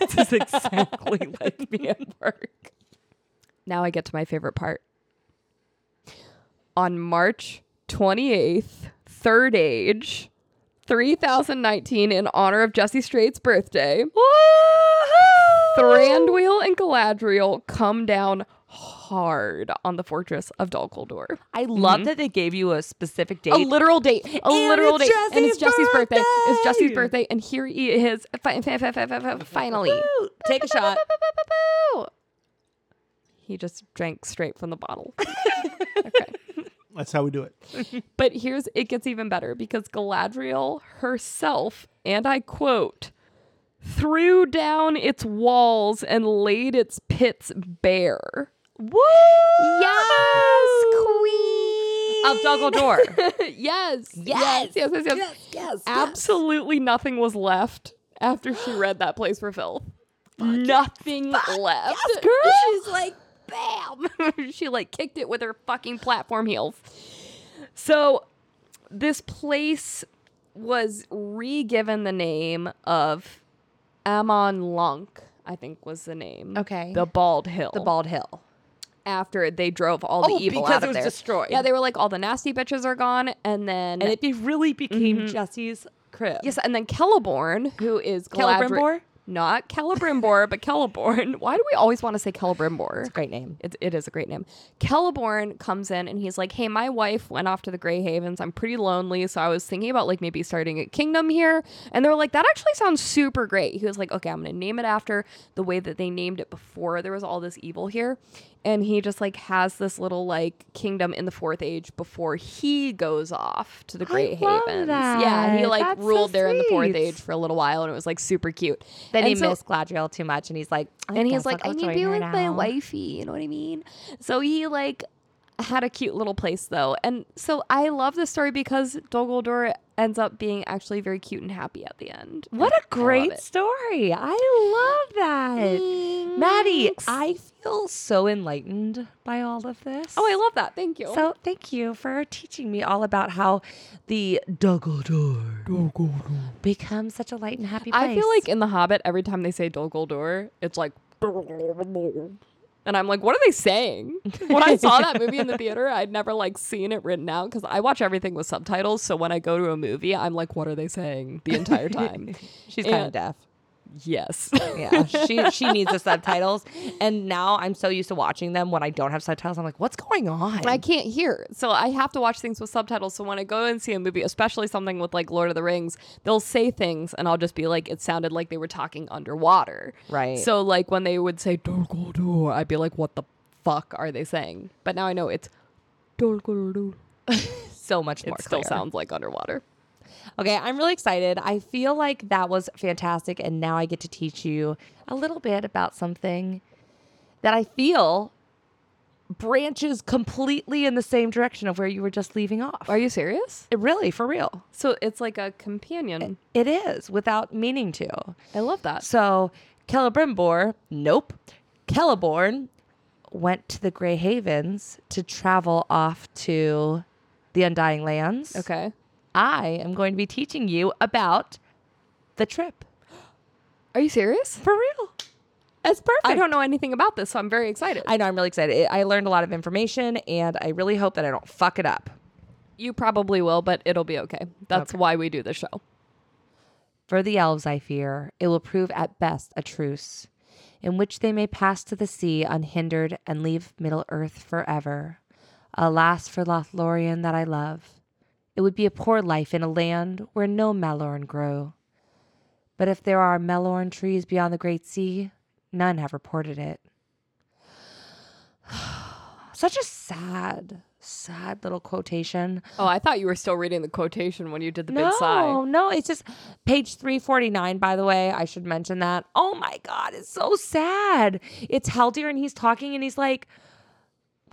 this is exactly like me at work. Now I get to my favorite part. On March 28th, Third Age, 3019, in honor of Jesse Strait's birthday, Thranduil and Galadriel come down hard on the fortress of Dol Guldur. I love that they gave you a specific date. Mm-hmm. A literal date. A And literal it's date. and it's Jesse's Jesse's birthday. It's Jesse's birthday. birthday. And here he is fi- fi- fi- fi- fi- fi- finally. Uh, Woo! Take a shot. He just drank straight from the bottle. That's how we do it. But here's it gets even better because Galadriel herself, and I quote, threw down its walls and laid its pits bare. Woo! Yes, queen of Doggle Door. yes, yes, yes, yes, yes. yes. Absolutely nothing was left after she read that place for filth. nothing left. She's like, bam she like kicked it with her fucking platform heels so this place was re-given the name of amon Lonk, i think was the name Okay. the bald hill the Bald Hill. after they drove all Oh, the evil because out it of was there destroyed. yeah they were like all the nasty bitches are gone and then And it be- really became Jesse's crib. Mm-hmm. yes and then Celeborn, who is Galadri- Celebrimbor? not Celebrimbor, but Celeborn. Why do we always want to say Celebrimbor? Great name. It, it is a great name. Celeborn comes in and he's like, "Hey, my wife went off to the Grey Havens. I'm pretty lonely, so I was thinking about like maybe starting a kingdom here." And they're like, "That actually sounds super great." He was like, "Okay, I'm gonna name it after the way that they named it before there was all this evil here." And he just like has this little like kingdom in the Fourth Age before he goes off to the Grey love Havens. Yeah, he that. like That's so ruled there in the Fourth sweet. Age for a little while, and it was like super cute. Then and he so- missed Gladriel too much, and he's like, I and guess he's like, I'll I go need to join be her with my now." wifey. You know what I mean? So he like had a cute little place though, and so I love this story because Dol Guldur ends up being actually very cute and happy at the end. What a I love great it. story! I love that. Maddie, I feel so enlightened by all of this. Oh, I love that. Thank you. So thank you for teaching me all about how the Dumbledore becomes such a light and happy place. I feel like in The Hobbit, every time they say Dol Guldur, it's like. And I'm like, what are they saying? When I saw that movie in the theater, I'd never like seen it written out because I watch everything with subtitles. So when I go to a movie, I'm like, what are they saying the entire time? she's kind and- of deaf. yes. Yeah, she she needs the subtitles, and now I'm so used to watching them when I don't have subtitles. I'm like, what's going on? I can't hear. So I have to watch things with subtitles. So when I go and see a movie, especially something with like Lord of the Rings, they'll say things and I'll just be like, it sounded like they were talking underwater. Right. So like when they would say Dol Guldur, I'd be like, what the fuck are they saying? But now I know it's Dol Guldur. so much It more. still clear. sounds like underwater. Okay, I'm really excited. I feel like that was fantastic, and now I get to teach you a little bit about something that I feel branches completely in the same direction of where you were just leaving off. Are you serious? Eh. It really, for real. So it's like a companion. It is without meaning to. I love that. So Celebrimbor, nope. Celeborn went to the Grey Havens to travel off to the Undying Lands. Okay. I am going to be teaching you about the trip. Are you serious? For real. That's perfect. I don't know anything about this, so I'm very excited. I know I'm really excited. It- I learned a lot of information and I really hope that I don't fuck it up. you probably will, but it'll be okay. That's why we do the show. For the elves, I fear, it will prove at best a truce, in which they may pass to the sea unhindered and leave Middle Earth forever. Alas for Lothlorien that I love. It would be a poor life in a land where no Malorn grow. But if there are Melorn trees beyond the great sea, none have reported it. Such a sad, sad little quotation. Oh, I thought you were still reading the quotation when you did the big sigh. No, it's just page 349, by the way. I should mention that. Oh my God, it's so sad. It's Haldir and he's talking and he's like,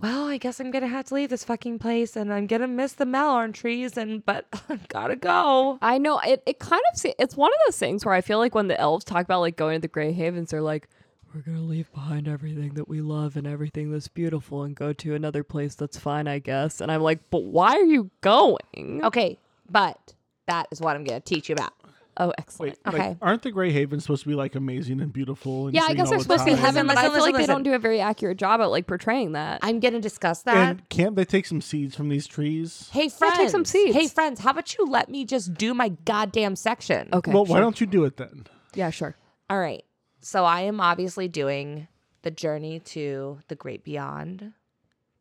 well, I guess I'm gonna have to leave this fucking place and I'm gonna miss the Malorn trees and but gotta go. I know it. It kind of se- it's one of those things where I feel like when the elves talk about like going to the Grey Havens, they're like, "We're gonna leave behind everything that we love and everything that's beautiful and go to another place that's fine, I guess." And I'm like, "But why are you going?" Okay, but that is what I'm gonna teach you about. Oh, excellent. Wait, like, Okay. aren't the Grey Havens supposed to be like amazing and beautiful? And Yeah, I seen guess all they're the supposed to be time? heaven, but I Listen, feel like listen, they don't listen. do a very accurate job at like portraying that. I'm gonna discuss that. And can't they take some seeds from these trees? hey friends, Yeah, take some seeds. hey friends, how about you let me just do my goddamn section? okay. well, sure. why don't you do it then? Yeah, sure. All right. So I am obviously doing the journey to the great beyond.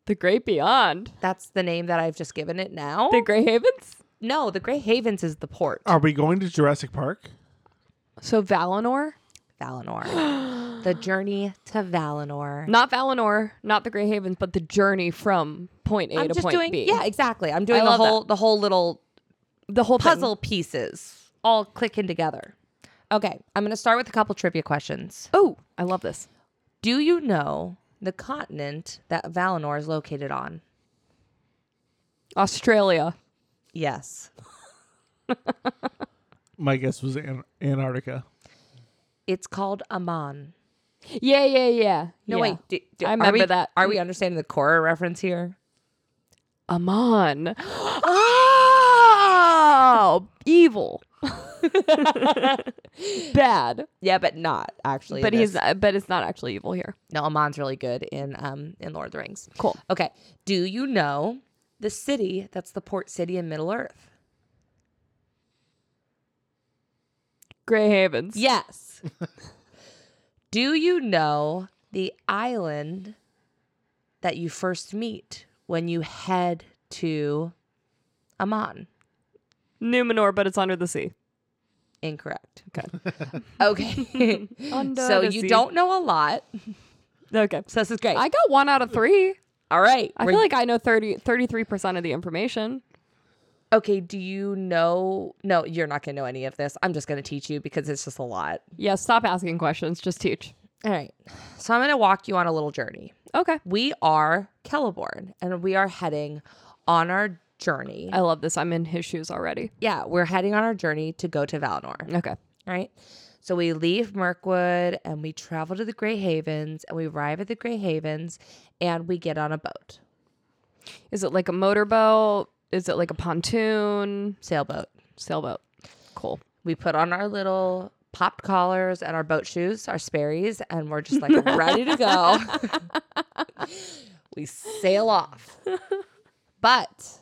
The Great Beyond, That's the name that I've just given it now. the Grey Havens. no, the Grey Havens is the port. Are we going to Jurassic Park? So Valinor, Valinor. the journey to Valinor. not Valinor, not the Grey Havens, but the journey from point A I'm to just point doing B. Yeah, exactly. I'm doing I the love that. whole the whole little the whole thing. puzzle pieces all clicking together. Okay, I'm going to start with a couple trivia questions. Oh, I love this. Do you know the continent that Valinor is located on? Australia. Yes. My guess was An- Antarctica. It's called Amman. Yeah, yeah, yeah. No, yeah. wait. Do, do- I are remember we- that. Are we understanding the Korra reference here? Amon. oh, evil. Bad, Yeah, but not actually. but it he's is. uh, but it's not actually evil here. no Amon's really good in um in Lord of the Rings. Cool. Okay. Do you know the city that's the port city in Middle Earth? Grey Havens. Yes. Do you know the island that you first meet when you head to Amman? Numenor, but it's under the sea. Incorrect. Okay. Okay. Under so the you sea. don't know a lot. Okay. So this is great. I got one out of three. All right. I we're feel like I know 30, 33% of the information. Okay, do you know? No, you're not going to know any of this. I'm just going to teach you because it's just a lot. Yeah, stop asking questions. Just teach. All right. So I'm going to walk you on a little journey. Okay. We are Celeborn and we are heading on our journey. I love this. I'm in his shoes already. yeah, we're heading on our journey to go to Valinor. Okay. Right. So we leave Mirkwood and we travel to the Grey Havens and we arrive at the Grey Havens and we get on a boat, Is it like a motorboat? Is it like a pontoon sailboat. sailboat? Cool. We put on our little popped collars and our boat shoes, our Sperry's, and we're just like ready to go. we sail off. But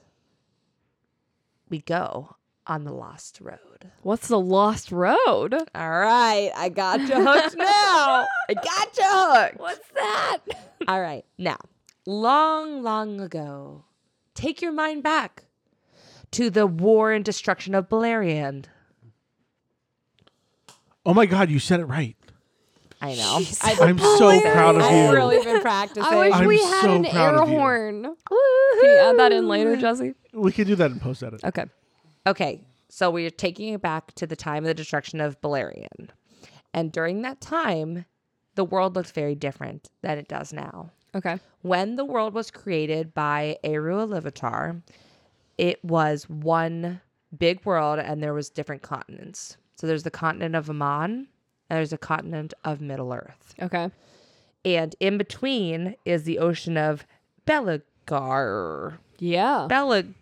we go on the lost road. What's the lost road? All right, I got you hooked now. I got you hooked. What's that? All right, now, long, long ago, take your mind back to the war and destruction of Beleriand. Oh my God, you said it right. I know. I'm so proud of I've you. really been practicing. I wish I'm we had so an proud air of you. horn. Can you add that in later, Jesse? we could do that in post edit. Okay. Okay, so we're taking it back to the time of the destruction of Beleriand. And during that time, the world looked very different than it does now. Okay. When the world was created by Eru Iluvatar, it was one big world and there was different continents. So there's the continent of Amon and there's a continent of Middle Earth. Okay. And in between is the ocean of Belagar. Yeah. Belagar.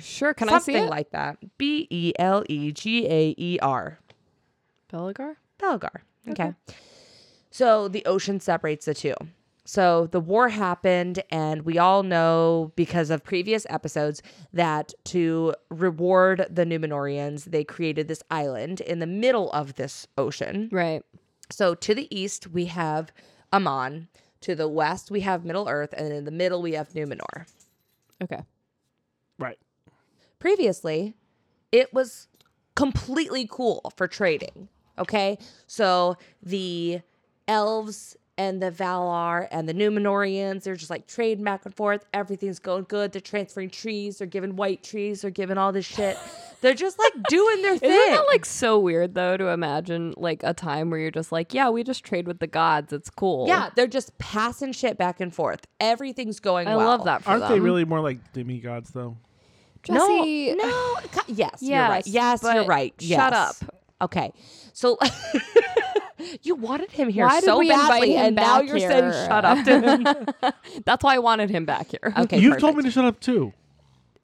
Sure. Can Something I see it? like that. B E L E G A E R. Belagar. Belgar. Okay. So the ocean separates the two. So the war happened, and we all know because of previous episodes that to reward the Numenorians, they created this island in the middle of this ocean. Right. So to the east, we have Amon. To the west, we have Middle Earth. And in the middle, we have Numenor. Okay. Right. previously, it was completely cool for trading. Okay. So the elves and the Valar and the Numenorians, they're just like trading back and forth. Everything's going good. They're transferring trees. They're giving white trees. They're giving all this shit. They're just like doing their thing. Isn't that like so weird though to imagine like a time where you're just like, yeah, we just trade with the gods. It's cool. yeah, they're just passing shit back and forth. Everything's going I well. love that for Aren't they them. really more like demigods though? No, Jesse, no. co- Yes, you're Yes, right. Yes, you're but right. shut yes. Okay, so you wanted him here Why did so we invite badly, him and now back you're saying here? shut up to him. that's why I wanted him back here. Okay, you perfect. told me to shut up too.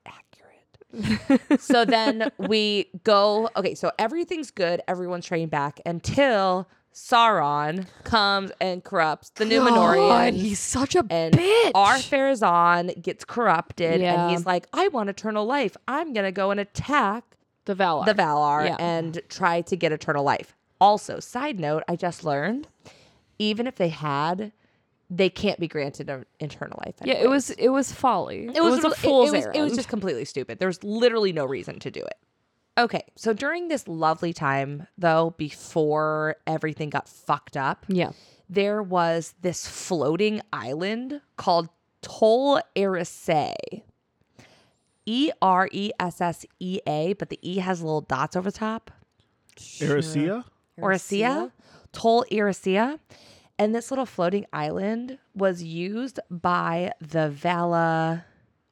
accurate. so then we go. Okay, so everything's good. Everyone's trading back until Sauron comes and corrupts the God, Numenorian. he's such a and bitch. Arthur is on, gets corrupted, Yeah. and he's like, "I want eternal life. I'm gonna go and attack the Valar. the Valar Yeah. and try to get eternal life. Also, side note, I just learned even if they had, they can't be granted an eternal life. Yeah, it was anyways. it was folly. It It was, was, a fool's it, was, it was errand. just completely stupid. There was literally no reason to do it. Okay, so during this lovely time, though, before everything got fucked up, yeah. there was this floating island called Tol Eressë. E R E S S E A, but the E has little dots over the top. Erisea? Oracea, Tol Eressëa, and this little floating island was used by the Vala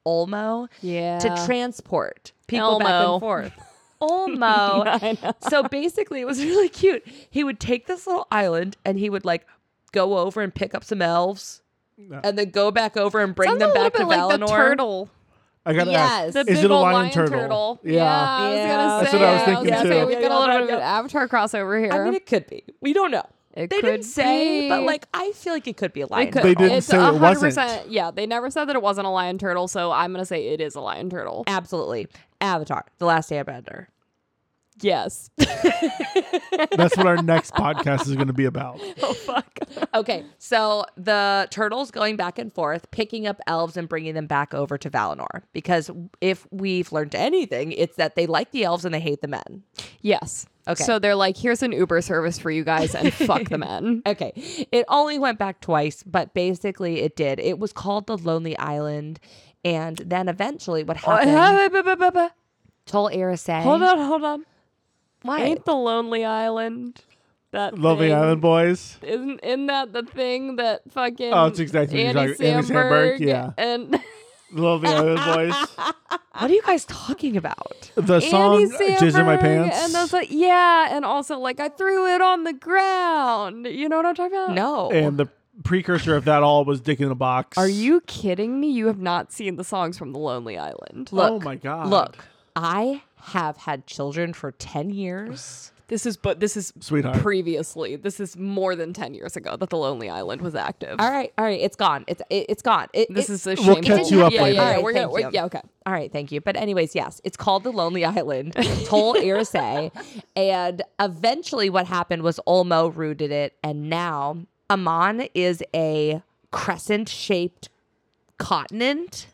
Olmo Yeah. to transport people back Elmo. and forth. Olmo. so basically, it was really cute. He would take this little island and he would like go over and pick up some elves. And then go back over and bring Sounds them a little back bit to like the Valinor. turtle. I gotta Yes. ask. The is big it a old lion, lion turtle? Yeah. I was Yeah. gonna That's say. what I was thinking gonna say, too. we got a little bit of an Avatar crossover here. I mean, it could be. We don't know. It they didn't could say, but be. like I feel like it could be a lion. Could- They didn't it's say it 100%, wasn't. Yeah, they never said that it wasn't a lion turtle, so I'm gonna say it is a lion turtle. Absolutely. Avatar, The Last Airbender. Yes. That's what our next podcast is going to be about. Okay, so the turtles going back and forth, picking up elves and bringing them back over to Valinor. Because if we've learned anything, it's that they like the elves and they hate the men. yes. Okay. So they're like, here's an Uber service for you guys, and fuck the men. Okay, it only went back twice, but basically it did. It was called the Lonely Island, and then eventually what happened? Hold Tol Eressë. on, hold on. Why? Ain't the Lonely Island that Lonely thing- Island Boys. Isn't isn't that the thing that fucking Oh, it's exactly what you're Andy talking- Andy Samberg, Samberg yeah. and Love the other voice. What are you guys talking about? The song uh, Andy "Jizz in My Samberg, Pants." And those like yeah, and also like I threw it on the ground. You know what I'm talking about? No. and the precursor of that all was "Dick in a Box." Are you kidding me? You have not seen the songs from The Lonely Island. look, oh my god! Look, I have had children for 10 years. This is but this is Sweetheart. previously. This is more than ten years ago that The Lonely Island was active. All right, all right, it's gone. It's it, it's gone. It, This it- is a We'll shame. catch you up yeah, later. Yeah, yeah, Alright, we're gonna, thank we're, you. yeah, okay. All right, thank you. But anyways, yes, it's called The Lonely Island. It's whole Irisay. and eventually what happened was Olmo rooted it and now Amman is a crescent-shaped continent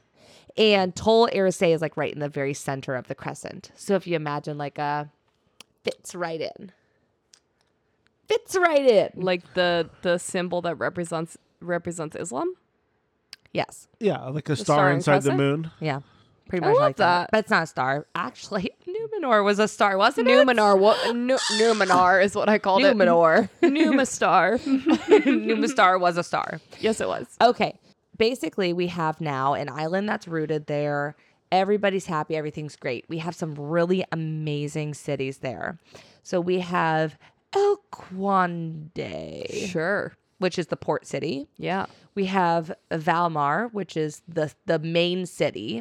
and Tol Irisay is like right in the very center of the crescent. So if you imagine like a fits right in. Fits right in. Like the the symbol that represents represents Islam. Yes. Yeah, like a star star and inside the crescent? moon. Yeah. Pretty I much love like that. that. But it's not a star. Actually, Numenor was a star, wasn't it? Numenor, what nu- Numenor is what I called Numenor. it. Numastar. Numastar was a star. yes, it was. Okay. Basically, we have now an island that's rooted there. Everybody's happy. Everything's great. We have some really amazing cities there. So we have El Quande, Sure. which is the port city. Yeah. We have Valmar, which is the the main city,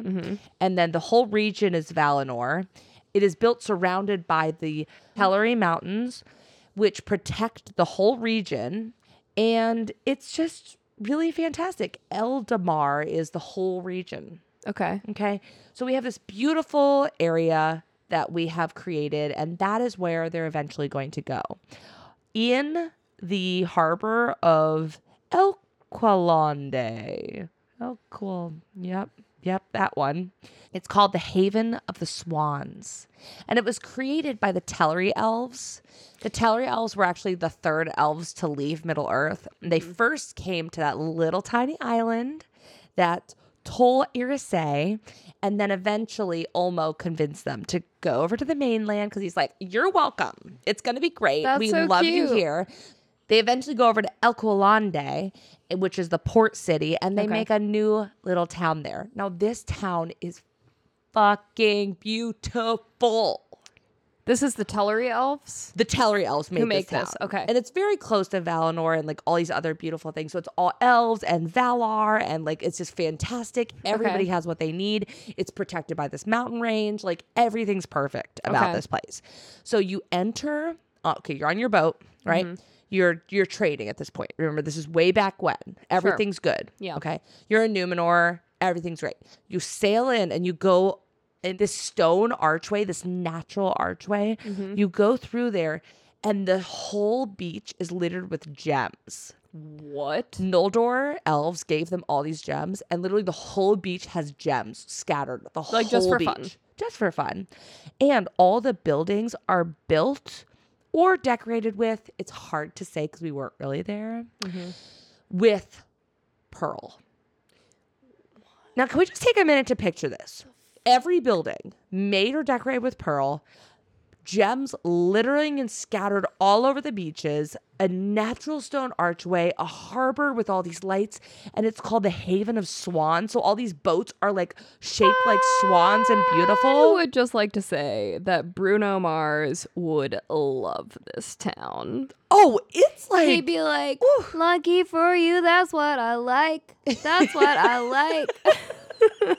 and then the whole region is Valinor. It is built surrounded by the Hellery Mountains, which protect the whole region, and it's just really fantastic. Eldamar is the whole region. Okay. Okay. So we have this beautiful area that we have created, and that is where they're eventually going to go. In the harbor of El Qualande. El Qual. Yep. Yep. That one. It's called the Haven of the Swans. And it was created by the Tellery elves. The Tellery elves were actually the third elves to leave Middle Earth. They first came to that little tiny island that Tol Irisay, and then eventually Olmo convinced them to go over to the mainland because he's like, "You're welcome. It's gonna be great. That's we so love you cute. here." They eventually go over to El Colande, eh, which is the port city, and they Okay. make a new little town there. Now this town is fucking beautiful. This is the Tellery elves. The Tellery elves made make this, this, town. okay. and it's very close to Valinor and like all these other beautiful things. So it's all elves and Valar, and like it's just fantastic. Everybody has what they need. It's protected by this mountain range. Like everything's perfect about Okay. this place. So you enter. oh, Okay, you're on your boat, right? You're you're trading at this point. Remember, this is way back when everything's good. Yeah. Okay. You're in Numenor. Everything's great. You sail in and you go in this stone archway, this natural archway. You go through there, and the whole beach is littered with gems. What? Noldor elves gave them all these gems, and literally the whole beach has gems scattered. The whole Like, just for beach, fun. just for fun, and all the buildings are built or decorated with. It's hard to say because we weren't really there. Mm-hmm. With pearl. Now, can we just take a minute to picture this? Every building made or decorated with pearl, gems littering and scattered all over the beaches, a natural stone archway, a harbor with all these lights, and it's called the Haven of Swans. So all these boats are like shaped like swans and I beautiful. would just like to say that Bruno Mars would love this town. Oh, it's like He'd be like, lucky for you, that's what I like. That's what I like.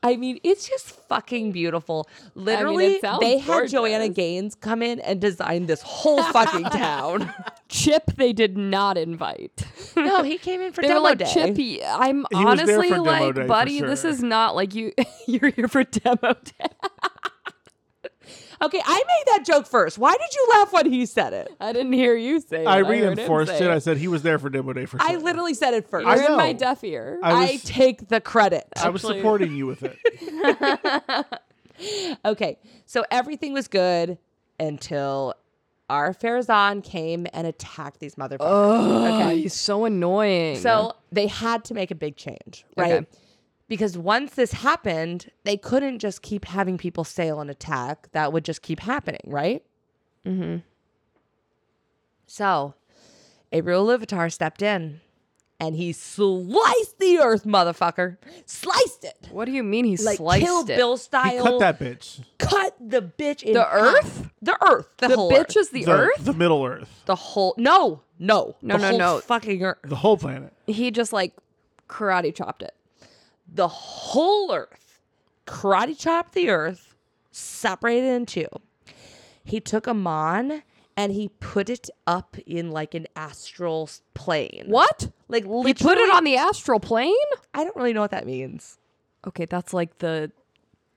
I mean, it's just fucking beautiful. Literally, sounds they had Joanna gorgeous. Gaines come in and design this whole fucking town. Chip, they did not invite. no, he came in for They were demo like, day. Chip, y- I'm He was there honestly for demo like, day, for buddy, this sure. is not like you. you're here for demo day. Okay, I made that joke first. Why did you laugh when he said it? I didn't hear you say. I it. heard him reinforced say it. I said he was there for demo day for sure. I literally said it first. You're I, I- in my know. deaf ear. I was, I take the credit. was actually- supporting you with it. Okay, so everything was good until our Farazan came and attacked these motherfuckers. Ugh, he's so annoying. So they had to make a big change, right? Okay. Because once this happened, they couldn't just keep having people sail and attack. That would just keep happening, right? Mm-hmm. So Abriel Levitar stepped in and he sliced the earth, motherfucker. Sliced it. What do you mean he Like sliced Kill it? Bill style. He cut that bitch. Cut the bitch in the half. earth? The earth. The, The whole bitch earth. is the, earth? The Middle Earth. the whole no no No, the no, whole no. fucking earth The whole planet. He just like karate chopped it. the whole earth karate chopped the earth separated in two he took a mon and he put it up in like an astral s- plane What? like He literally, put it on the astral plane? i don't really know what that means Okay, that's like the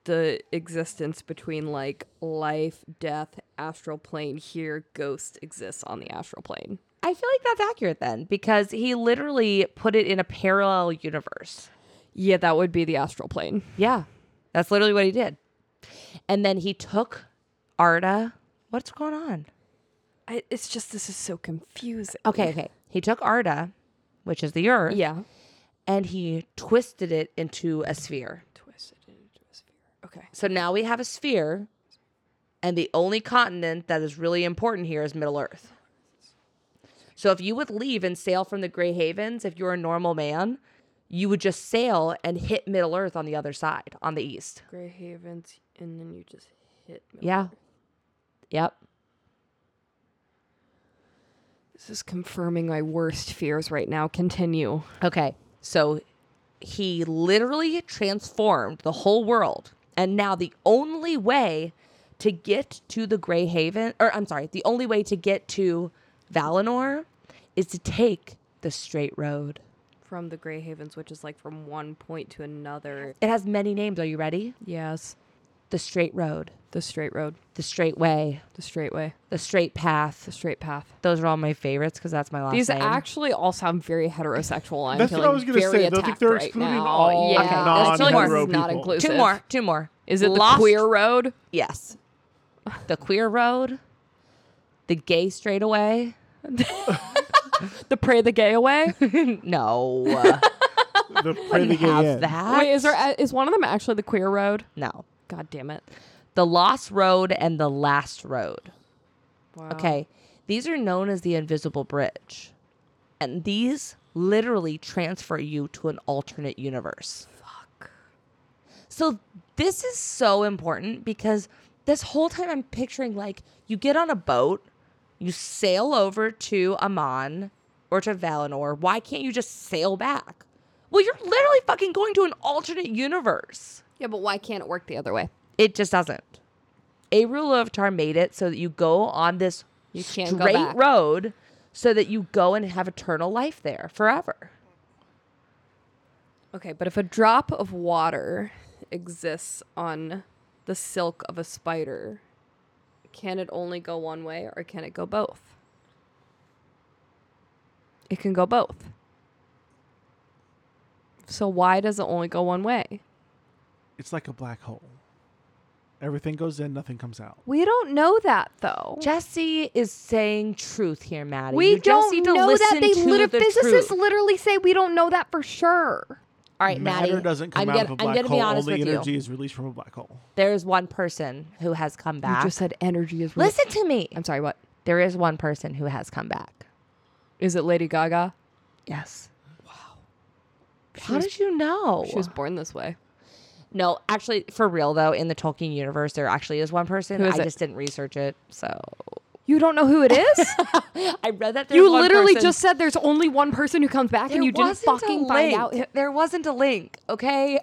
the existence between like life, death, astral plane. Here, ghost exists on the astral plane. i feel like that's accurate then because he literally put it in a parallel universe Yeah, that would be the astral plane. yeah that's literally what he did and then he took arda what's going on I, it's just this is so confusing. okay okay he took arda which is the earth Yeah. and he twisted it into a sphere. Twisted into a sphere. Okay. So now we have a sphere, and the only continent that is really important here is Middle Earth. So if you would leave and sail from the Grey Havens, if you're a normal man, you would just sail and hit Middle Earth on the other side, on the east. Grey Havens, and then you just hit. Yeah. Yep. This is confirming my worst fears right now. Continue. Okay. So he literally transformed the whole world. And now the only way to get to the Grey Haven, or I'm sorry, the only way to get to Valinor is to take the straight road. From the Grey Havens, which is like from one point to another. It has many names. Are you ready? Yes. The straight road, The straight road, the straight way, the straight way, the straight the path. straight path. Those are all my favorites because that's my last These name. actually all sound very heterosexual. I'm That's what feeling I was gonna very say. Don't think attacked they're right excluding now. all yeah. non-hetero I feel like this is people. not inclusive. two more, two more. Is it Lost- the queer road? Yes. The queer road, the gay straightaway. The pray the gay away? No. The pray the gay have end. that. Wait, is there is one of them actually the queer road? No. God damn it. The Lost Road and the Last Road. Wow. Okay. These are known as the Invisible Bridge. And these literally transfer you to an alternate universe. Fuck. So this is so important because this whole time I'm picturing like you get on a boat, you sail over to Amman or to Valinor. Why can't you just sail back? Well, you're literally fucking going to an alternate universe. Yeah, but why can't it work the other way? It just doesn't. A rule of tar made it so that you go on this You can't go straight back. road so that you go and have eternal life there forever. Okay, but if a drop of water exists on the silk of a spider, can it only go one way or can it go both? It can go both. So why does it only go one way? It's like a black hole. Everything goes in, nothing comes out. We don't know that though. Jesse is saying truth here, Maddie. We You just don't need to know that listen they to liter- the physicists truth. literally say we don't know that for sure. All right, Matter Maddie. doesn't come I'm out gonna, of a I'm black gonna hole. be honest Only with energy you. is released from a black hole. There is one person who has come You back. just said energy is. listen to me. I'm sorry. What There is one person who has come back. is it? Lady Gaga. Yes. Wow. How did you know? She was born this way. No, actually, for real though, in the Tolkien universe, there actually is one person. Who is I it? just didn't research it, so You don't know who it is. I read that. you literally just said there's only one person who comes back, there and you didn't wasn't a fucking find link. out. who- There wasn't a link. Okay.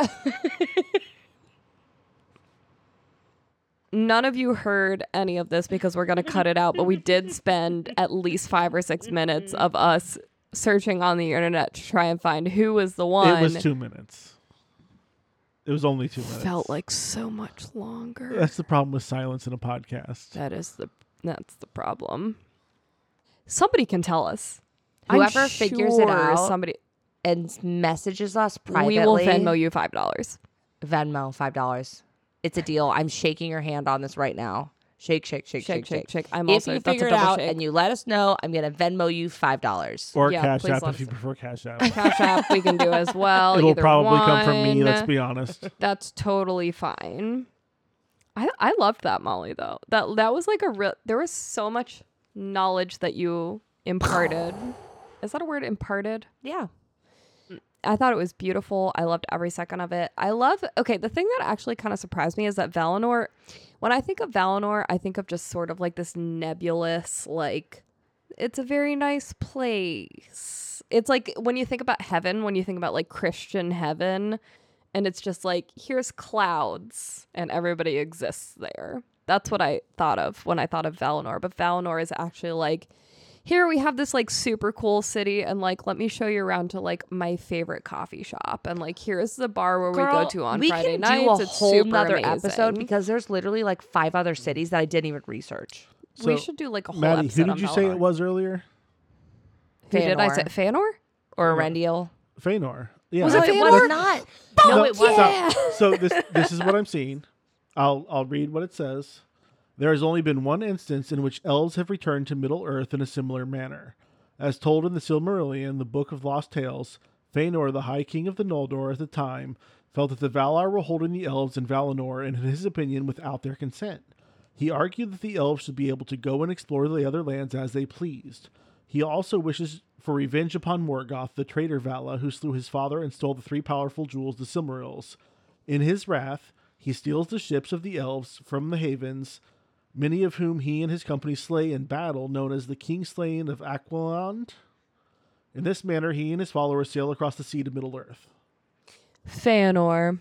none of you heard any of this because we're going to cut it out, but we did spend at least five or six minutes of us searching on the internet to try and find who was the one. It was two minutes. It was only two minutes. Felt like so much longer. That's the problem with silence in a podcast. that is the that's the problem. Somebody can tell us. Whoever figures it out somebody and messages us privately. we will Venmo you five dollars. Venmo five dollars. It's a deal. I'm shaking your hand on this right now. Shake, shake, shake, shake, Shake, shake, shake. I'm if also you that's a figure it double out shake. and you let us know, I'm gonna Venmo you five dollars. Or Yeah, Cash please App let if you us- prefer Cash App. Cash app we can do as well. It'll either probably come from me, let's one. be honest. That's totally fine. I I loved that Molly though. That that was like a real. There was so much knowledge that you imparted. Is that a word? Imparted. Yeah. I thought it was beautiful. I loved every second of it. I love, okay, the thing that actually kind of surprised me is that Valinor, when I think of Valinor, I think of just sort of like this nebulous, like, it's a very nice place. It's like when you think about heaven, when you think about like Christian heaven, and it's just like, here's clouds, and everybody exists there. That's what I thought of when I thought of Valinor. But Valinor is actually like, here we have this like super cool city and like let me show you around to like my favorite coffee shop and like here's the bar where we go to on Friday can nights. do a it's whole super nother amazing. episode because there's literally like five other cities that I didn't even research. we So, should do like a whole Maddie, episode who on did you say Valinor. it was earlier? Who did I Fëanor. say? Fanor? Or Arendiel. Fëanor. Yeah. Was it no, Fëanor? it was not. no, it wasn't. yeah. So this this is what I'm seeing. I'll I'll read what it says. There has only been one instance in which elves have returned to Middle Earth in a similar manner. As told in the Silmarillion, the Book of Lost Tales, Fëanor, the High King of the Noldor at the time, felt that the Valar were holding the elves in Valinor, in his opinion, without their consent. He argued that the elves should be able to go and explore the other lands as they pleased. He also wishes for revenge upon Morgoth, the traitor Vala, who slew his father and stole the three powerful jewels, the Silmarils. In his wrath, he steals the ships of the elves from the havens, many of whom he and his company slay in battle, known as the Kingslaying of Aqualand. In this manner, he and his followers sail across the sea to Middle Earth. Fanor.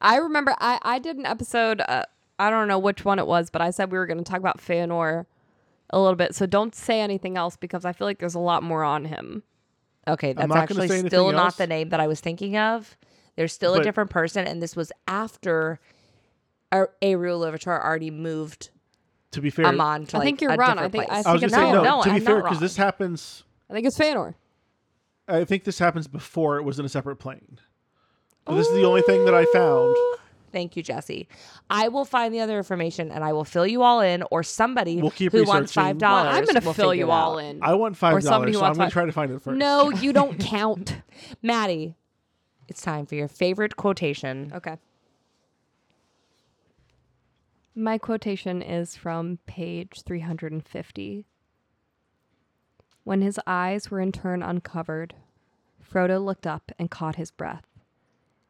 I remember I, I did an episode, uh, I don't know which one it was, but I said we were going to talk about Fanor a little bit. So don't say anything else because I feel like there's a lot more on him. Okay, that's not gonna actually say anything still not else. the name that I was thinking of. There's still a But- different person, and this was after a Lovatar already moved To be fair, Amon to I like think you're a wrong. different I think- place. I was think going it's to no, say no. no, to be I'm fair, not because this wrong. happens. I think it's Fanor. I think this happens before it was in a separate plane. So this is the only thing that I found. Thank you, Jesse. I will find the other information and I will fill you all in, or somebody We'll keep who wants researching. five Well, dollars. I'm going to will fill figure you it all out. in. I want five somebody dollars, who so I'm wants going five- to try to find it first. No, you don't count. Maddie, it's time for your favorite quotation. Okay. My quotation is from page 350. When his eyes were in turn uncovered, Frodo looked up and caught his breath.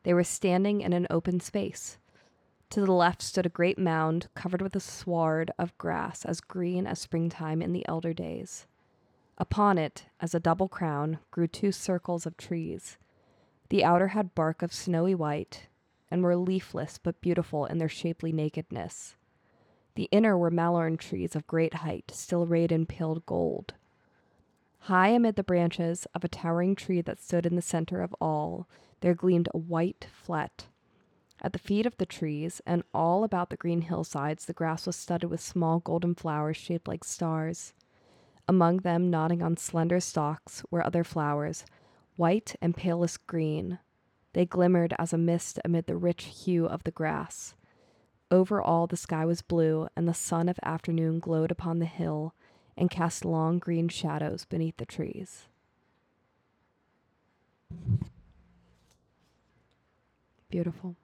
They were standing in an open space. To the left stood a great mound covered with a sward of grass as green as springtime in the elder days. Upon it, as a double crown, grew two circles of trees. The outer had bark of snowy white, and were leafless but beautiful in their shapely nakedness. The inner were mallorn trees of great height, still arrayed in pale gold. High amid the branches of a towering tree that stood in the center of all, there gleamed a white flet. At the feet of the trees and all about the green hillsides, the grass was studded with small golden flowers shaped like stars. Among them, nodding on slender stalks, were other flowers, white and palest green. They glimmered as a mist amid the rich hue of the grass. Over all, the sky was blue, and the sun of afternoon glowed upon the hill and cast long green shadows beneath the trees. Beautiful.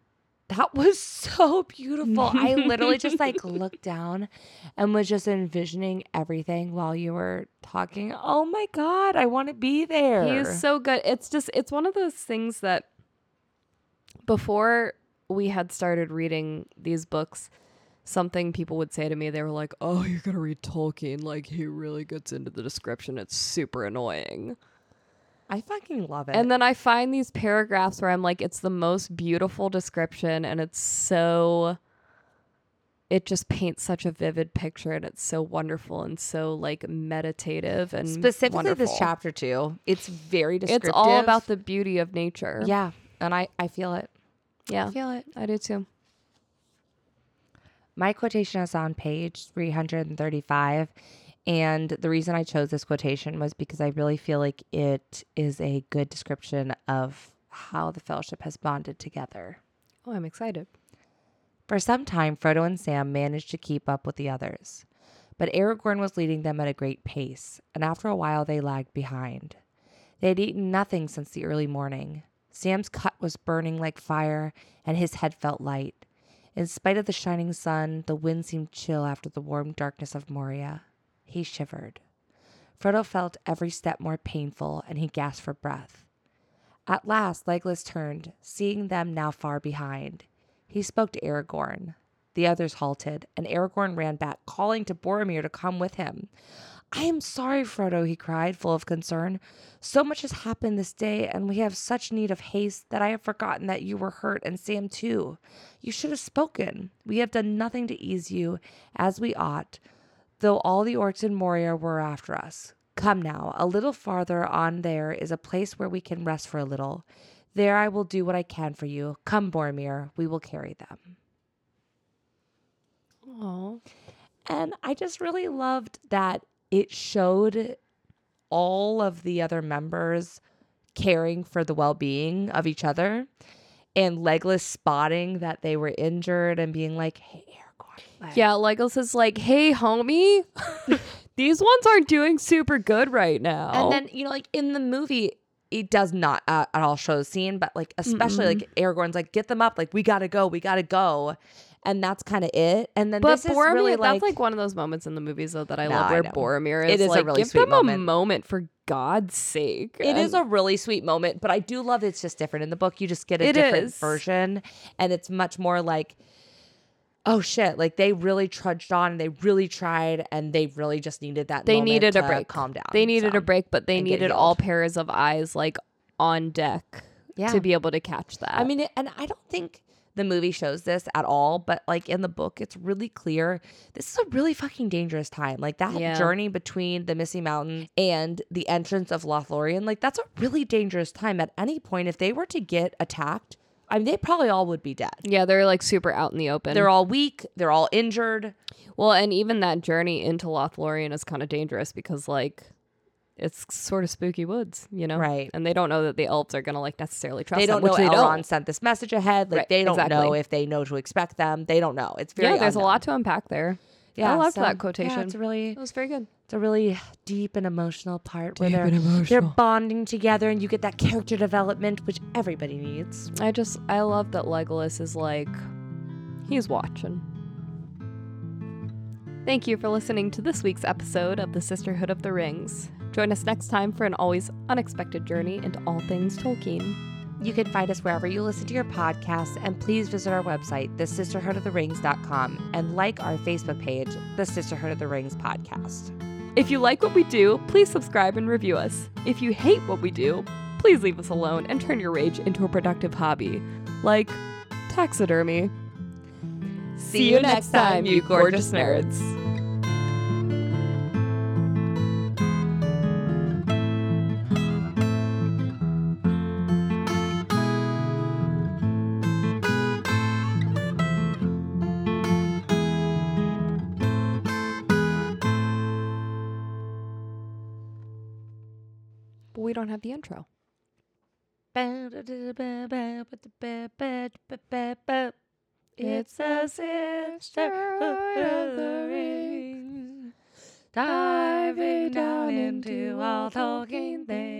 That was so beautiful. I literally just like looked down and was just envisioning everything while you were talking. Oh my God, I want to be there. He is so good. It's just it's one of those things that before we had started reading these books, something people would say to me, they were like, "Oh, you're going to read Tolkien, like he really gets into the description. It's super annoying." I fucking love it. And then I find these paragraphs where I'm like, it's the most beautiful description and it's so it just paints such a vivid picture and it's so wonderful and so like meditative and specifically this wonderful. chapter too. It's very descriptive. It's all about the beauty of nature. yeah, and I I feel it. Yeah. I feel it. I do too. My quotation is on page 335. And the reason I chose this quotation was because I really feel like it is a good description of how the fellowship has bonded together. Oh, I'm excited. For some time, Frodo and Sam managed to keep up with the others, but Aragorn was leading them at a great pace, and after a while they lagged behind. They had eaten nothing since the early morning. Sam's cut was burning like fire, and his head felt light. In spite of the shining sun, the wind seemed chill after the warm darkness of Moria. He shivered. Frodo felt every step more painful, and he gasped for breath. At last, Legolas turned, seeing them now far behind. He spoke to Aragorn. The others halted, and Aragorn ran back, calling to Boromir to come with him. I am sorry, Frodo, he cried, full of concern. So much has happened this day, and we have such need of haste that I have forgotten that you were hurt and Sam too. You should have spoken. We have done nothing to ease you, as we ought, though all the orcs in Moria were after us. Come now, a little farther on there is a place where we can rest for a little. There I will do what I can for you. Come, Boromir, we will carry them. Oh, And I just really loved that it showed all of the other members caring for the well being of each other and Legolas spotting that they were injured and being like, hey, Aragorn. like, yeah. Legolas is like, "Hey, homie, these ones aren't doing super good right now." And then, you know, like in the movie, it does not uh, at all show a scene, but like, especially like Aragorn's like, get them up. Like, we gotta go. We gotta go. And that's kind of it. And then but this is Boromir, really that's like one of those moments in the movies though that I No, love I where know. Boromir is, It is a like, really give sweet them a moment. moment for God's sake. It is And a really sweet moment, but I do love it's just different. In the book, you just get a It different is. version, and it's much more like, oh shit, like they really trudged on, and they really tried, and they really just needed that. they moment needed a to break. Calm down. They needed So, a break, but they and get needed healed. all pairs of eyes like on deck Yeah. to be able to catch that. I mean, it- and I don't think the movie shows this at all, but like in the book, it's really clear. This is a really fucking dangerous time. Like that Yeah. journey between the Missy Mountain and the entrance of Lothlorien, like that's a really dangerous time. At any point, if they were to get attacked, I mean, they probably all would be dead. yeah, they're like super out in the open. They're all weak. They're all injured. Well, and even that journey into Lothlorien is kind of dangerous because like it's sort of spooky woods, you know? Right. And they don't know that the elves are gonna like necessarily trust They don't them, know which they Elrond don't. sent this message ahead. Like Right, they don't know exactly. if they know to expect them. They don't know. It's very Yeah, there's a unknown. lot to unpack there. I loved so- that Yeah, quotation. it's really it was very good. it's a really deep and emotional part where they're they're bonding together and you get that character development which everybody needs. I just I love that Legolas is like he's watching. Thank you for listening to this week's episode of the Sisterhood of the Rings. Join us next time for an always unexpected journey into all things Tolkien. You can find us wherever you listen to your podcasts and please visit our website thesisterhoodoftherings.com and like our Facebook page, The Sisterhood of the Rings podcast. If you like what we do, please subscribe and review us. If you hate what we do, please leave us alone and turn your rage into a productive hobby, like taxidermy. See you next time, you gorgeous nerds. But we don't have the intro. It's a sisterhood of the rings, diving down into all Tolkien things.